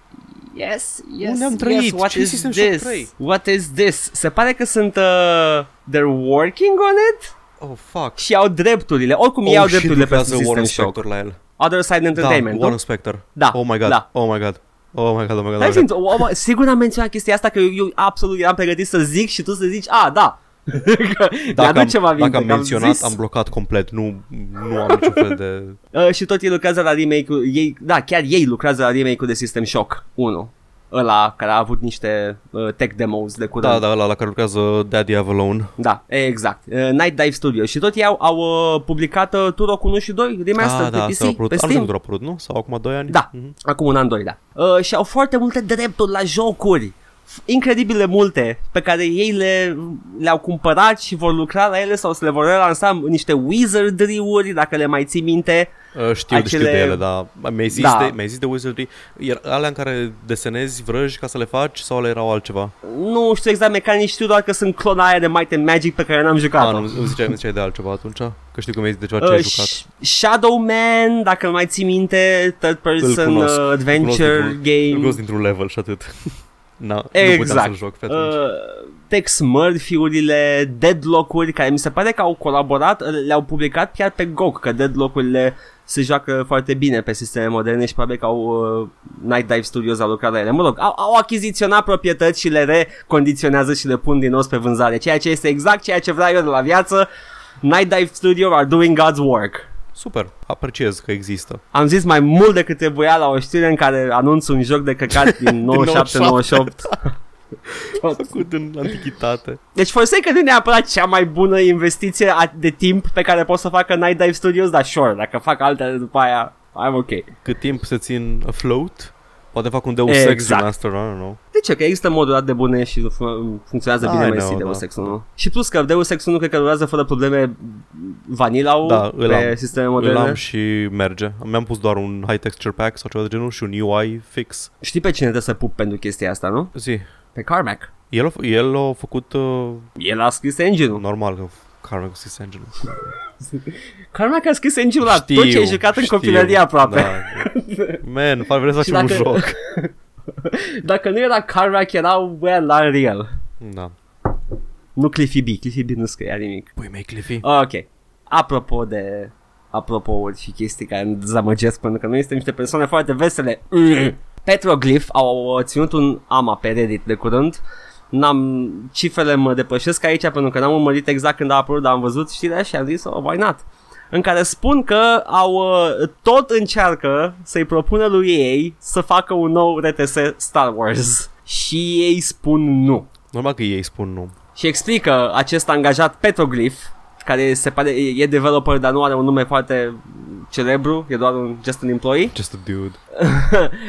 Speaker 1: Yes, yes,
Speaker 2: Unde am
Speaker 1: yes,
Speaker 2: trăit?
Speaker 1: what
Speaker 2: Ce
Speaker 1: is
Speaker 2: System Shock
Speaker 1: this?
Speaker 2: 3?
Speaker 1: What is this? Se pare că sunt, uh, they're working on it
Speaker 2: Oh, fuck.
Speaker 1: și au drepturile. Oricum ei
Speaker 2: oh,
Speaker 1: au
Speaker 2: shit,
Speaker 1: drepturile pe
Speaker 2: lucrează
Speaker 1: System
Speaker 2: Warren
Speaker 1: Shock.
Speaker 2: Spector la el.
Speaker 1: Other Side Entertainment,
Speaker 2: da,
Speaker 1: nu?
Speaker 2: Warren Spector.
Speaker 1: Da,
Speaker 2: Oh my god.
Speaker 1: da.
Speaker 2: Oh my god. Oh my god, oh my god.
Speaker 1: Dar
Speaker 2: Oh my
Speaker 1: fiind,
Speaker 2: god.
Speaker 1: o, o, sigur am menționat chestia asta că eu, eu absolut eram pregătit să zic și tu să zici, a, da. Că
Speaker 2: Dacă,
Speaker 1: mi-aduce
Speaker 2: am,
Speaker 1: aminte
Speaker 2: dacă am
Speaker 1: că
Speaker 2: menționat,
Speaker 1: zis.
Speaker 2: am blocat complet. Nu, nu am niciun fel de...
Speaker 1: Uh, și tot ei lucrează la remake-ul, ei, da, chiar ei lucrează la remake-ul de System Shock 1. Ăla care a avut niște uh, tech demos de curând.
Speaker 2: Da, da, ăla la care lucrează Daddy Avalon.
Speaker 1: Da, exact. Uh, Night Dive Studio. Și tot ei au, au uh, publicat uh, Turok 1 și 2 remaster
Speaker 2: ah, da,
Speaker 1: pe
Speaker 2: s-a
Speaker 1: PC,
Speaker 2: apărut.
Speaker 1: pe
Speaker 2: Anul trecut
Speaker 1: Steam.
Speaker 2: a apărut, nu? Sau acum 2 ani?
Speaker 1: Da,
Speaker 2: Mhm.
Speaker 1: acum un an, doi, da. Uh, și au foarte multe drepturi la jocuri. F- Incredibile multe pe care ei le, le-au cumpărat și vor lucra la ele sau se le vor relansa în niște wizardry-uri, dacă le mai ții minte.
Speaker 2: Uh, Știu, Acele... știu
Speaker 1: Acele-
Speaker 2: de ele, dar mi-ai zis,
Speaker 1: Da.
Speaker 2: da. de, mi-ai zis de Wizardry, iar alea în care desenezi vrăji ca să le faci sau le erau altceva?
Speaker 1: Nu știu exact mecanici, știu doar că sunt clona aia de Might and Magic pe care n-am
Speaker 2: A,
Speaker 1: jucat-o.
Speaker 2: nu, îmi îmi ziceai, îmi ziceai de altceva atunci, că știu Ah, că mi-ai zis de ceva ce
Speaker 1: Da, Uh,
Speaker 2: ai jucat.
Speaker 1: Sh- Shadow Man, dacă îl mai ții minte, third person
Speaker 2: cunosc,
Speaker 1: uh,
Speaker 2: îl
Speaker 1: adventure
Speaker 2: dintr-un- Îl
Speaker 1: game.
Speaker 2: gos dintr-un level și atât. Na, nu puteam
Speaker 1: Exact.
Speaker 2: să-l joc pe atunci.
Speaker 1: Uh, Tex Murphy-urile, Deadlock-uri, care mi se pare că au colaborat, le-au publicat chiar pe GOG, că Deadlock-urile se joacă foarte bine pe sisteme moderne și probabil că au uh, Night Dive Studios a lucrat la ele. Mă rog, au, au achiziționat proprietăți și le recondiționează și le pun din nou pe vânzare, ceea ce este exact ceea ce vreau eu de la viață. Night Dive Studio are doing God's work.
Speaker 2: Super, apreciez că există.
Speaker 1: Am zis mai mult decât trebuia la o știre în care anunț un joc de căcat din 97-98.
Speaker 2: Făcut în antichitate.
Speaker 1: Deci Forsaken nu e neapărat cea mai bună investiție a- de timp pe care pot să facă Night Dive Studios, dar sure, dacă fac altele după aia, I'm ok.
Speaker 2: Cât timp se țin afloat, poate fac un Deus Ex
Speaker 1: Exact.
Speaker 2: din asta, I don't know.
Speaker 1: De ce? Că există modul ăla de bune și fun- funcționează
Speaker 2: I
Speaker 1: bine mai
Speaker 2: know,
Speaker 1: si
Speaker 2: da.
Speaker 1: Deus Ex 1. Și plus că Deus Ex 1 cred că durează fără probleme vanilla
Speaker 2: Da, îl
Speaker 1: pe
Speaker 2: am.
Speaker 1: sisteme
Speaker 2: Îl
Speaker 1: moderne.
Speaker 2: am și merge. Mi-am pus doar un high texture pack sau ceva de genul și un UI fix.
Speaker 1: Știi pe cine trebuie să pup pentru chestia asta, nu?
Speaker 2: Zi,
Speaker 1: Pe Carmack.
Speaker 2: el a, f- el a făcut uh,
Speaker 1: El a scris engine-ul.
Speaker 2: normal că Carmen cu Six Angel.
Speaker 1: Carmack a scris engine-ul la tot ce ai jucat în copilărie aproape.
Speaker 2: Da. Man, par vrei să
Speaker 1: Și
Speaker 2: facem
Speaker 1: dacă-
Speaker 2: un joc.
Speaker 1: Dacă nu era Carmack, erau well, la real.
Speaker 2: Da.
Speaker 1: Nu Cliffy B. Cliffy B nu scria nimic.
Speaker 2: Pui mei, Cliffy.
Speaker 1: Ok. Apropo de apropo și chestii care îmi dezamăgesc pentru că noi suntem niște persoane foarte vesele. Mm. Petroglyph au ținut un AMA pe Reddit de curând. N-am, cifrele mă depășesc aici pentru că n-am urmărit exact când a apărut, dar am văzut știrea și am zis, oh, why not? În care spun că au uh, tot încearcă să-i propună lui ei să facă un nou RTS Star Wars. Și ei spun nu.
Speaker 2: Normal că ei spun nu.
Speaker 1: Și explică acest angajat Petroglyph, care se pare e e developer, dar nu are un nume foarte celebru, e doar un just an employee.
Speaker 2: Just a dude.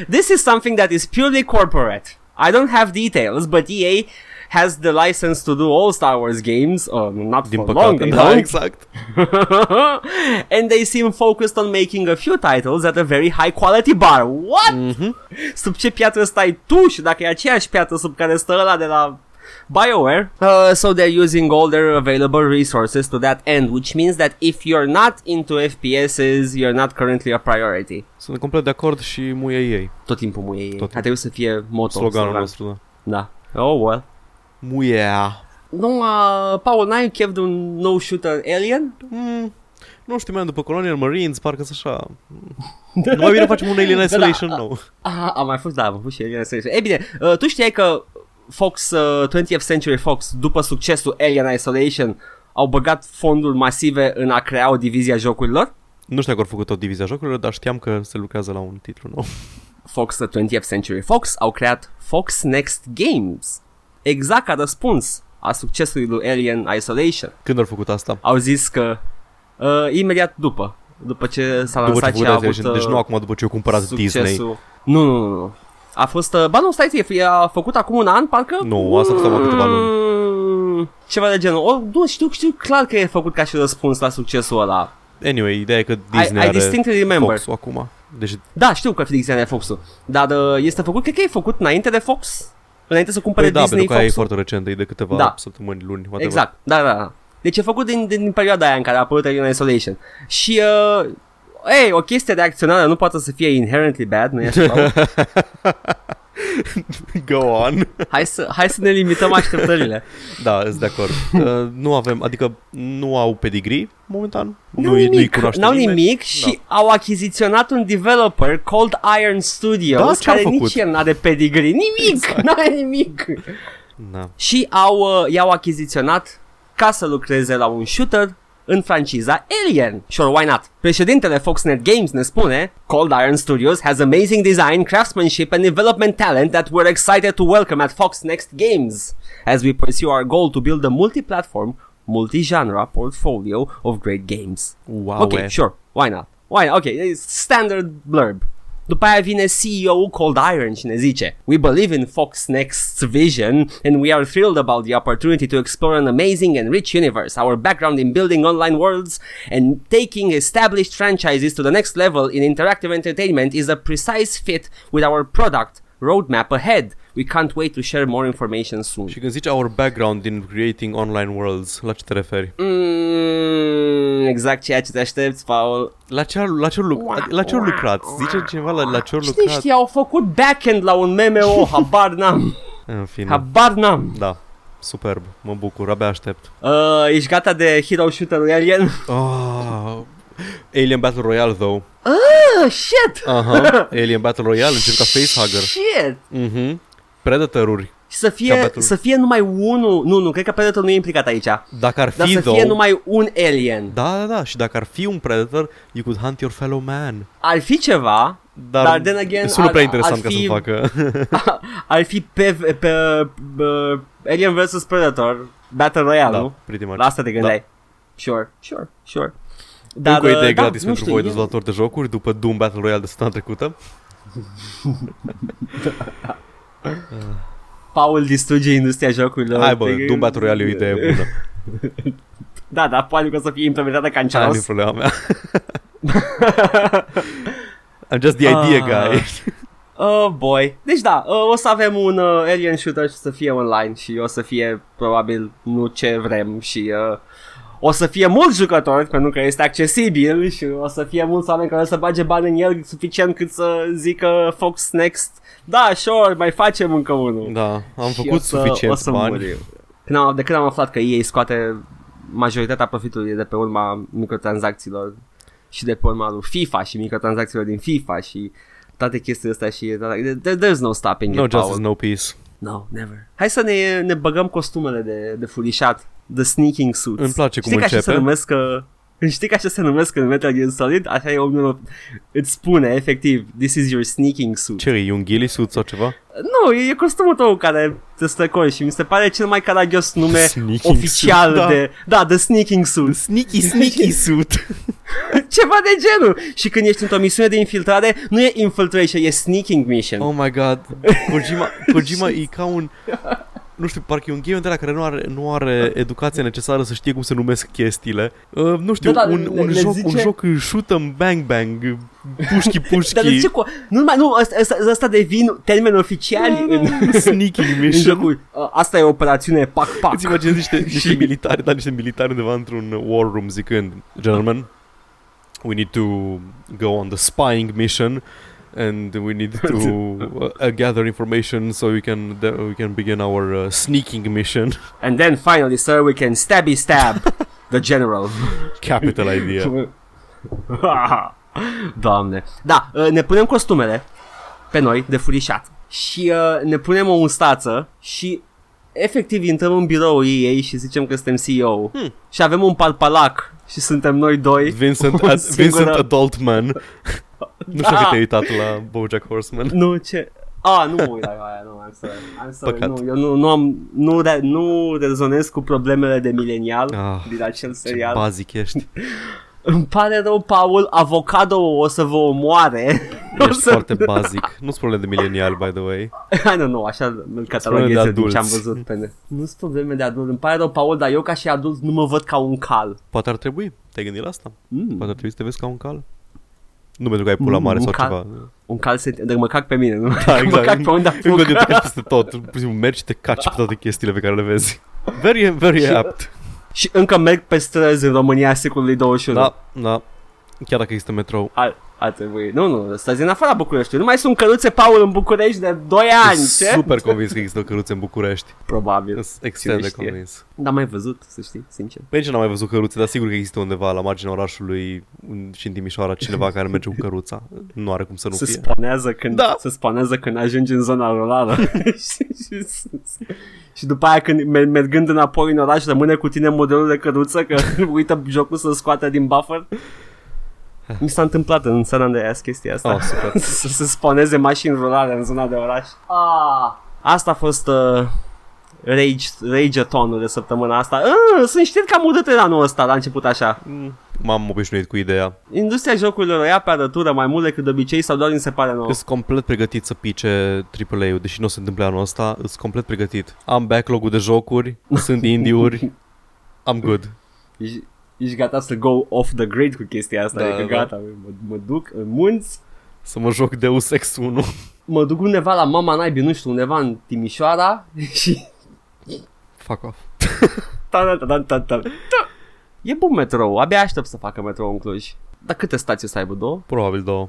Speaker 1: This is something that is purely corporate. I don't have details, but EA has the license to do all Star Wars games, uh, not
Speaker 2: Din
Speaker 1: for long, they
Speaker 2: păcate. da,
Speaker 1: don't.
Speaker 2: exact.
Speaker 1: and they seem focused on making a few titles at a very high quality bar. What?
Speaker 2: Mhm.
Speaker 1: Sub ce piatră stai tu și dacă e aceeași piatră sub care stă ăla de la BioWare. Uh, so they're using all their available resources to that end, which means that if you're not into FPSs, you're not currently a priority.
Speaker 2: Sunt complet de acord și muie ei.
Speaker 1: Tot timpul muie ei.
Speaker 2: Tot
Speaker 1: Ar trebui să fie moto.
Speaker 2: Sloganul
Speaker 1: slogan.
Speaker 2: nostru, da.
Speaker 1: Da. Oh, well.
Speaker 2: Muiea.
Speaker 1: Nu, uh, Paul, n-ai chef de un nou shooter alien?
Speaker 2: Mm, nu știu, man, după Colonial Marines, parcă sunt așa... Mai bine facem un Alien Isolation
Speaker 1: Da, da.
Speaker 2: nou.
Speaker 1: Ah, am mai fost, da, am mai fost și Alien Isolation. Ei bine, uh, tu știai că Fox, uh, 20th Century Fox, după succesul Alien Isolation, au băgat fonduri masive în a crea o divizie a jocurilor?
Speaker 2: Nu știu dacă au făcut tot divizia jocurilor, dar știam că se lucrează la un titlu nou.
Speaker 1: Fox, uh, 20th Century Fox, au creat Fox Next Games. Exact ca răspuns a succesului lui Alien Isolation.
Speaker 2: Când au făcut asta?
Speaker 1: Au zis că uh, imediat după după ce s-a
Speaker 2: După ce
Speaker 1: lansat
Speaker 2: făcut
Speaker 1: și a avut uh,
Speaker 2: Resident Evil. Deci nu acum după ce eu cumpărat
Speaker 1: succesul.
Speaker 2: Disney.
Speaker 1: Nu, nu, nu, nu. A fost, uh, ba nu, stai ție, e- a făcut acum un an, parcă?
Speaker 2: Nu, asta a fost acum câteva luni.
Speaker 1: Mm, Ceva de genul. O, nu, știu, știu clar că e făcut ca și răspuns la succesul ăla.
Speaker 2: Anyway, ideea e că Disney
Speaker 1: I
Speaker 2: are
Speaker 1: distinctly remember.
Speaker 2: Fox-ul acum. Deci
Speaker 1: Da, știu că Felix are Fox-ul, dar uh, este făcut, cred că e făcut înainte de Fox, înainte să cumpere
Speaker 2: păi da,
Speaker 1: Disney
Speaker 2: pentru că aia e
Speaker 1: Fox-ul.
Speaker 2: foarte recentă, e de câteva
Speaker 1: Da.
Speaker 2: săptămâni, luni, whatever.
Speaker 1: Exact, da, da, da. Deci e făcut din, din perioada aia în care a apărut Alien Isolation. Și, uh, ei, o chestie reacționară nu poate să fie inherently bad, nu e așa? Paul?
Speaker 2: Go on.
Speaker 1: hai, să, hai să ne limităm așteptările.
Speaker 2: Da, sunt de acord. Uh, nu avem, adică nu au pedigree momentan.
Speaker 1: N-au
Speaker 2: Nu-i, nu-i
Speaker 1: nimic,
Speaker 2: cunoaște
Speaker 1: n-au
Speaker 2: nimeni. Da.
Speaker 1: nimic și au achiziționat un developer called Iron
Speaker 2: Da,
Speaker 1: Studios,
Speaker 2: ce-au
Speaker 1: care
Speaker 2: făcut? Exact.
Speaker 1: nici el n-are pedigree, nimic, n-are nimic.
Speaker 2: Da.
Speaker 1: Și au, uh, i-au achiziționat ca să lucreze la un shooter în franciza Alien. Sure, why not? Președintele Foxnet Games ne spune Cold Iron Studios has amazing design, craftsmanship and development talent that we're excited to welcome at Fox Next Games as we pursue our goal to build a multi-platform, multi-genre portfolio of great games.
Speaker 2: Wow,
Speaker 1: Ok, sure, why not? Why not? Ok, e standard blurb. După aia vine CEO-ul Cold E Iron și ne zice We believe in Fox Next's vision and we are thrilled about the opportunity to explore an amazing and rich universe, our background in building online worlds and taking established franchises to the next level in interactive entertainment is a precise fit with our product roadmap ahead. We can't wait to share more information soon.
Speaker 2: Și când zici our background in creating online worlds, la ce te referi?
Speaker 1: Mm, exact ceea ce te aștepți, Paul.
Speaker 2: La ce, la ce, lu- la ce au lucrat? Zice cineva la, la ce au
Speaker 1: Cine
Speaker 2: lucrat?
Speaker 1: știe, au făcut backend la un MMO, habar n-am,
Speaker 2: În fine,
Speaker 1: habar n-am.
Speaker 2: da. Superb, mă bucur, abia aștept.
Speaker 1: Uh, ești gata de Hero Shooter Alien?
Speaker 2: Oh, Alien Battle Royale, though.
Speaker 1: Uh, shit! Ah,
Speaker 2: Aha, Alien Battle Royale, încep ca facehugger.
Speaker 1: Shit!
Speaker 2: Mhm. Predator-uri.
Speaker 1: Și să
Speaker 2: Ca
Speaker 1: fie,
Speaker 2: Battle-
Speaker 1: să fie numai unul, nu, nu, cred că Predator nu e implicat aici, dar
Speaker 2: Dacă ar fi,
Speaker 1: să
Speaker 2: though,
Speaker 1: fie numai un alien.
Speaker 2: Da, da, da, și dacă ar fi un Predator, you could hunt your fellow man.
Speaker 1: Ar fi ceva,
Speaker 2: Dar,
Speaker 1: Dar, then again,
Speaker 2: sună
Speaker 1: ar-
Speaker 2: prea interesant
Speaker 1: ar
Speaker 2: ca
Speaker 1: fi-
Speaker 2: să facă.
Speaker 1: ar fi pe, pe, pe uh, Alien vs Predator, Battle Royale,
Speaker 2: da,
Speaker 1: nu?
Speaker 2: pretty much.
Speaker 1: La asta te gândeai. Sure, sure, sure.
Speaker 2: Dar, Încă o idee
Speaker 1: uh, da,
Speaker 2: gratis
Speaker 1: nu
Speaker 2: pentru
Speaker 1: știu,
Speaker 2: voi
Speaker 1: e-
Speaker 2: dezvoltatori de jocuri după Doom Battle Royale de săptămâna trecută.
Speaker 1: Paul distruge industria jocurilor.
Speaker 2: Hai bă,
Speaker 1: Te-
Speaker 2: Doom Battle Royale e o idee bună.
Speaker 1: Da, dar probabil că o să fie implementată
Speaker 2: Aia nu e
Speaker 1: canceros.
Speaker 2: problema mea. I'm just the idea
Speaker 1: Ah.
Speaker 2: guy.
Speaker 1: Oh boy. Deci da, uh, o să avem un uh, alien shooter și să fie online și o să fie probabil nu ce vrem și uh, o să fie mulți jucători pentru că este accesibil și o să fie mulți oameni care o să bage bani în el suficient cât să zică Fox Next. Da, sure, mai facem încă unul.
Speaker 2: Da, am
Speaker 1: Și
Speaker 2: făcut
Speaker 1: o să,
Speaker 2: suficient
Speaker 1: o să
Speaker 2: bani.
Speaker 1: Mor eu. Când am, de când am aflat că ei scoate majoritatea profitului de pe urma microtransacțiilor și de pe urma lui FIFA și microtransacțiilor din FIFA și toate chestiile astea și toate, there, there's no stopping
Speaker 2: No
Speaker 1: it,
Speaker 2: justice,
Speaker 1: Paul.
Speaker 2: no peace.
Speaker 1: No, never. Hai să ne, ne băgăm costumele de, de furișat, the sneaking suits.
Speaker 2: Îmi place cum
Speaker 1: Știi că așa
Speaker 2: începe.
Speaker 1: se numesc că... Știi că așa se numesc în Metal Gear Solid? Așa e omul îți spune, efectiv, this is your sneaking suit.
Speaker 2: Ce e, un ghilisuit sau ceva?
Speaker 1: Nu, e, e costumul tău care te stăcori și mi se pare cel mai caragios nume
Speaker 2: Sneaking
Speaker 1: oficial
Speaker 2: suit, da.
Speaker 1: de... Da, The Sneaking Suit.
Speaker 2: Sneaky, sneaky suit.
Speaker 1: Ceva de genul. Și când ești într-o misiune de infiltrare, nu e infiltration, e sneaking mission.
Speaker 2: Oh my god, Kojima, Kojima e ca un... Nu știu, parcă e un game de la care nu are, nu are educația necesară să știe cum se numesc chestiile. Uh, nu știu,
Speaker 1: Da, da,
Speaker 2: un,
Speaker 1: le-
Speaker 2: un,
Speaker 1: le
Speaker 2: joc, un
Speaker 1: zice- Da,
Speaker 2: joc shoot-em bang-bang, pușchi-pușchi,
Speaker 1: Dar de ce cu... Nu, mai, nu asta, asta, asta devin termeni oficiali în,
Speaker 2: sneaking
Speaker 1: în
Speaker 2: mission.
Speaker 1: jocul. A, Asta e operațiune pac-pac.
Speaker 2: Îți imaginezi niște, niște
Speaker 1: Și-
Speaker 2: militari, da, niște militari undeva într-un war room zicând Gentlemen, we need to go on the spying mission and we need to uh, uh, gather information so we can that we can begin our uh, sneaking mission.
Speaker 1: And then finally, sir, we can stabby stab the general.
Speaker 2: Capital idea.
Speaker 1: Doamne. Da, uh, ne punem costumele pe noi de furișat și uh, ne punem o mustață și efectiv intrăm în biroul ei și zicem că suntem CEO hmm. și avem un palpalac și suntem noi doi.
Speaker 2: Vincent,
Speaker 1: O
Speaker 2: ad-
Speaker 1: singură-
Speaker 2: Vincent Adult Man. Nu știu dacă te-ai uitat la BoJack Horseman.
Speaker 1: Nu, ce... A, nu mă uit la aia, nu, I'm sorry. I'm sorry.
Speaker 2: Păcat.
Speaker 1: Nu, eu nu, nu, am, nu, re- nu rezonez cu problemele de milenial
Speaker 2: Ah,
Speaker 1: din acel
Speaker 2: Ce
Speaker 1: serial.
Speaker 2: bazic ești.
Speaker 1: Îmi pare rău, Paul, avocado o să vă omoare. O
Speaker 2: Ești
Speaker 1: să...
Speaker 2: foarte basic. Nu-ți probleme de milenial, by the way.
Speaker 1: I don't know, așa îl
Speaker 2: Sunt
Speaker 1: catalogheze
Speaker 2: de
Speaker 1: din ce am
Speaker 2: adulți.
Speaker 1: văzut pe net. Nu sunt probleme de adult, îmi pare rău, Paul, dar eu ca și adult nu mă văd ca un cal.
Speaker 2: Poate ar trebui. Te-ai gândit la asta?
Speaker 1: Mm.
Speaker 2: Poate ar trebui să te vezi ca un cal. Nu pentru că ai pula
Speaker 1: Mm,
Speaker 2: mare
Speaker 1: un
Speaker 2: sau
Speaker 1: cal.
Speaker 2: ceva.
Speaker 1: Un cal se... Dar mă cac pe mine, nu?
Speaker 2: Da,
Speaker 1: Mă cac pe unde
Speaker 2: Încă
Speaker 1: apuc.
Speaker 2: de te caci peste tot. Pur și simplu mergi și te caci pe toate chestiile pe care le vezi. Very, very
Speaker 1: Și-
Speaker 2: apt.
Speaker 1: Și încă merg pe străzi în România a secolului 21.
Speaker 2: Da, da. Chiar dacă există metrou.
Speaker 1: Ar, ar trebui. Nu, nu, stați în afara Bucureștiului. Nu mai sunt căruțe, Paul, în București de 2 ani,
Speaker 2: Sunt
Speaker 1: ce?
Speaker 2: Super convins că există o căruță în București.
Speaker 1: Probabil.
Speaker 2: Sunt extrem
Speaker 1: Cine
Speaker 2: de
Speaker 1: știe?
Speaker 2: convins.
Speaker 1: N-am mai văzut, să știi, sincer.
Speaker 2: Pe aici n-am mai văzut căruțe, dar sigur că există undeva la marginea orașului un- și în Timișoara cineva care merge cu căruța. Nu are cum să nu
Speaker 1: se
Speaker 2: fie.
Speaker 1: spanează când,
Speaker 2: Da.
Speaker 1: se spanează când ajungi în zona rurală. și, și, și, după aia când mer- mergând înapoi în oraș rămâne cu tine modelul de căruță că uită jocul să scoate din buffer. Mi s-a întâmplat în țara unde aia chestia asta.
Speaker 2: Oh, super.
Speaker 1: să se sponeze mașini rurale în zona de oraș. Ah. Asta a fost uh, rage, rage-a-tonul de săptămâna asta. Uh, sunt știri cam urâte la anul ăsta, la început așa.
Speaker 2: Mm, M-am obișnuit cu ideea.
Speaker 1: Industria jocurilor o ia pe arătură mai mult decât de obicei sau doar îmi se pare nouă?
Speaker 2: Sunt complet pregătit să pice AAA-ul, deși nu se întâmplă anul ăsta, sunt complet pregătit. Am backlog-ul de jocuri, sunt indie-uri, I'm good.
Speaker 1: Ești, ești gata să go off the grid cu chestia asta,
Speaker 2: Da,
Speaker 1: da, adică
Speaker 2: da.
Speaker 1: gata, mă, mă duc în munți,
Speaker 2: Să mă joc Deus Ex 1.
Speaker 1: mă duc undeva la mama naibii, nu știu, undeva în Timișoara și...
Speaker 2: Fuck off.
Speaker 1: Ta, ta, ta, ta, ta. E bun metrou, abia aștept să facă metrou în Cluj. Dar câte stații o să aibă? Două?
Speaker 2: Probabil două.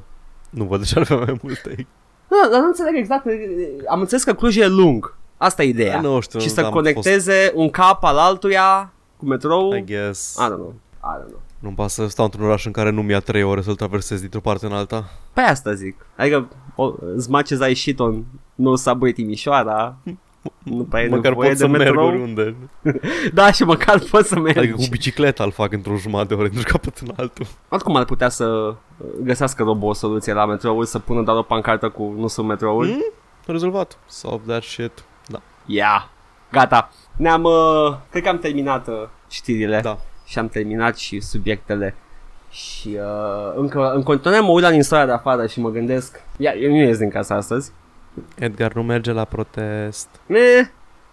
Speaker 2: Nu văd de ce ar avea mai multe.
Speaker 1: Nu, dar nu înțeleg exact, am înțeles că Cluj e lung, asta e ideea.
Speaker 2: Da, Nu știu,
Speaker 1: și să
Speaker 2: am
Speaker 1: conecteze fost... un cap al altuia cu metrou,
Speaker 2: Fost, I
Speaker 1: I
Speaker 2: guess.
Speaker 1: don't know. I don't know.
Speaker 2: Nu-mi pasă să stau într-un oraș în care nu mi-a 3 ore să-l traversez dintr-o parte în alta.
Speaker 1: Păi asta zic. Adică, o, as much as I shit on no subway Timișoara, nu prea e
Speaker 2: Măcar
Speaker 1: nevoie
Speaker 2: pot
Speaker 1: de
Speaker 2: să merg
Speaker 1: metrou.
Speaker 2: oriunde.
Speaker 1: Da, și măcar poți să mergi.
Speaker 2: Adică cu bicicleta îl fac într-o jumătate de oră într-un capăt în altul.
Speaker 1: Oricum ar putea să uh, găsească robo o soluție la metroul, să pună doar o pancartă cu nu sunt metroul. Mm?
Speaker 2: Hmm? Rezolvat. Solve that shit. Da.
Speaker 1: Yeah. Gata. Ne-am, uh, cred că am terminat uh, știrile
Speaker 2: Da.
Speaker 1: și am terminat și subiectele. Și uh, încă, în continuare mă uit la din soarea de afară și mă gândesc, ia, eu nu ies din casa astăzi,
Speaker 2: Edgar nu merge la protest.
Speaker 1: Eh,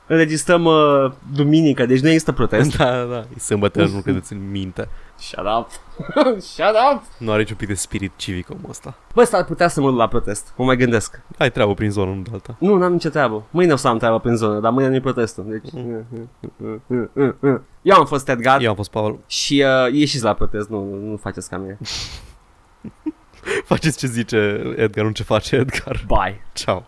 Speaker 1: înregistrăm uh, duminică, deci nu există protest.
Speaker 2: Da, da, da. E sâmbătă, nu credeți în minte.
Speaker 1: Shut up! Shut up!
Speaker 2: Nu are niciun pic de spirit civic omul ăsta.
Speaker 1: Bă, s-ar putea să mă duc la protest. Mă mai gândesc.
Speaker 2: Ai treabă prin zonă, nu de alta.
Speaker 1: Nu, n-am nicio treabă. Mâine o să am treabă prin zonă, dar mâine nu-i protestul. Deci... mm, Eu am fost Edgar
Speaker 2: Eu am fost Paul.
Speaker 1: și uh, ieșiți la protest. Nu, nu, nu faceți ca mine.
Speaker 2: Faceți ce zice Edgar, nu ce face Edgar.
Speaker 1: Bye!
Speaker 2: Ciao.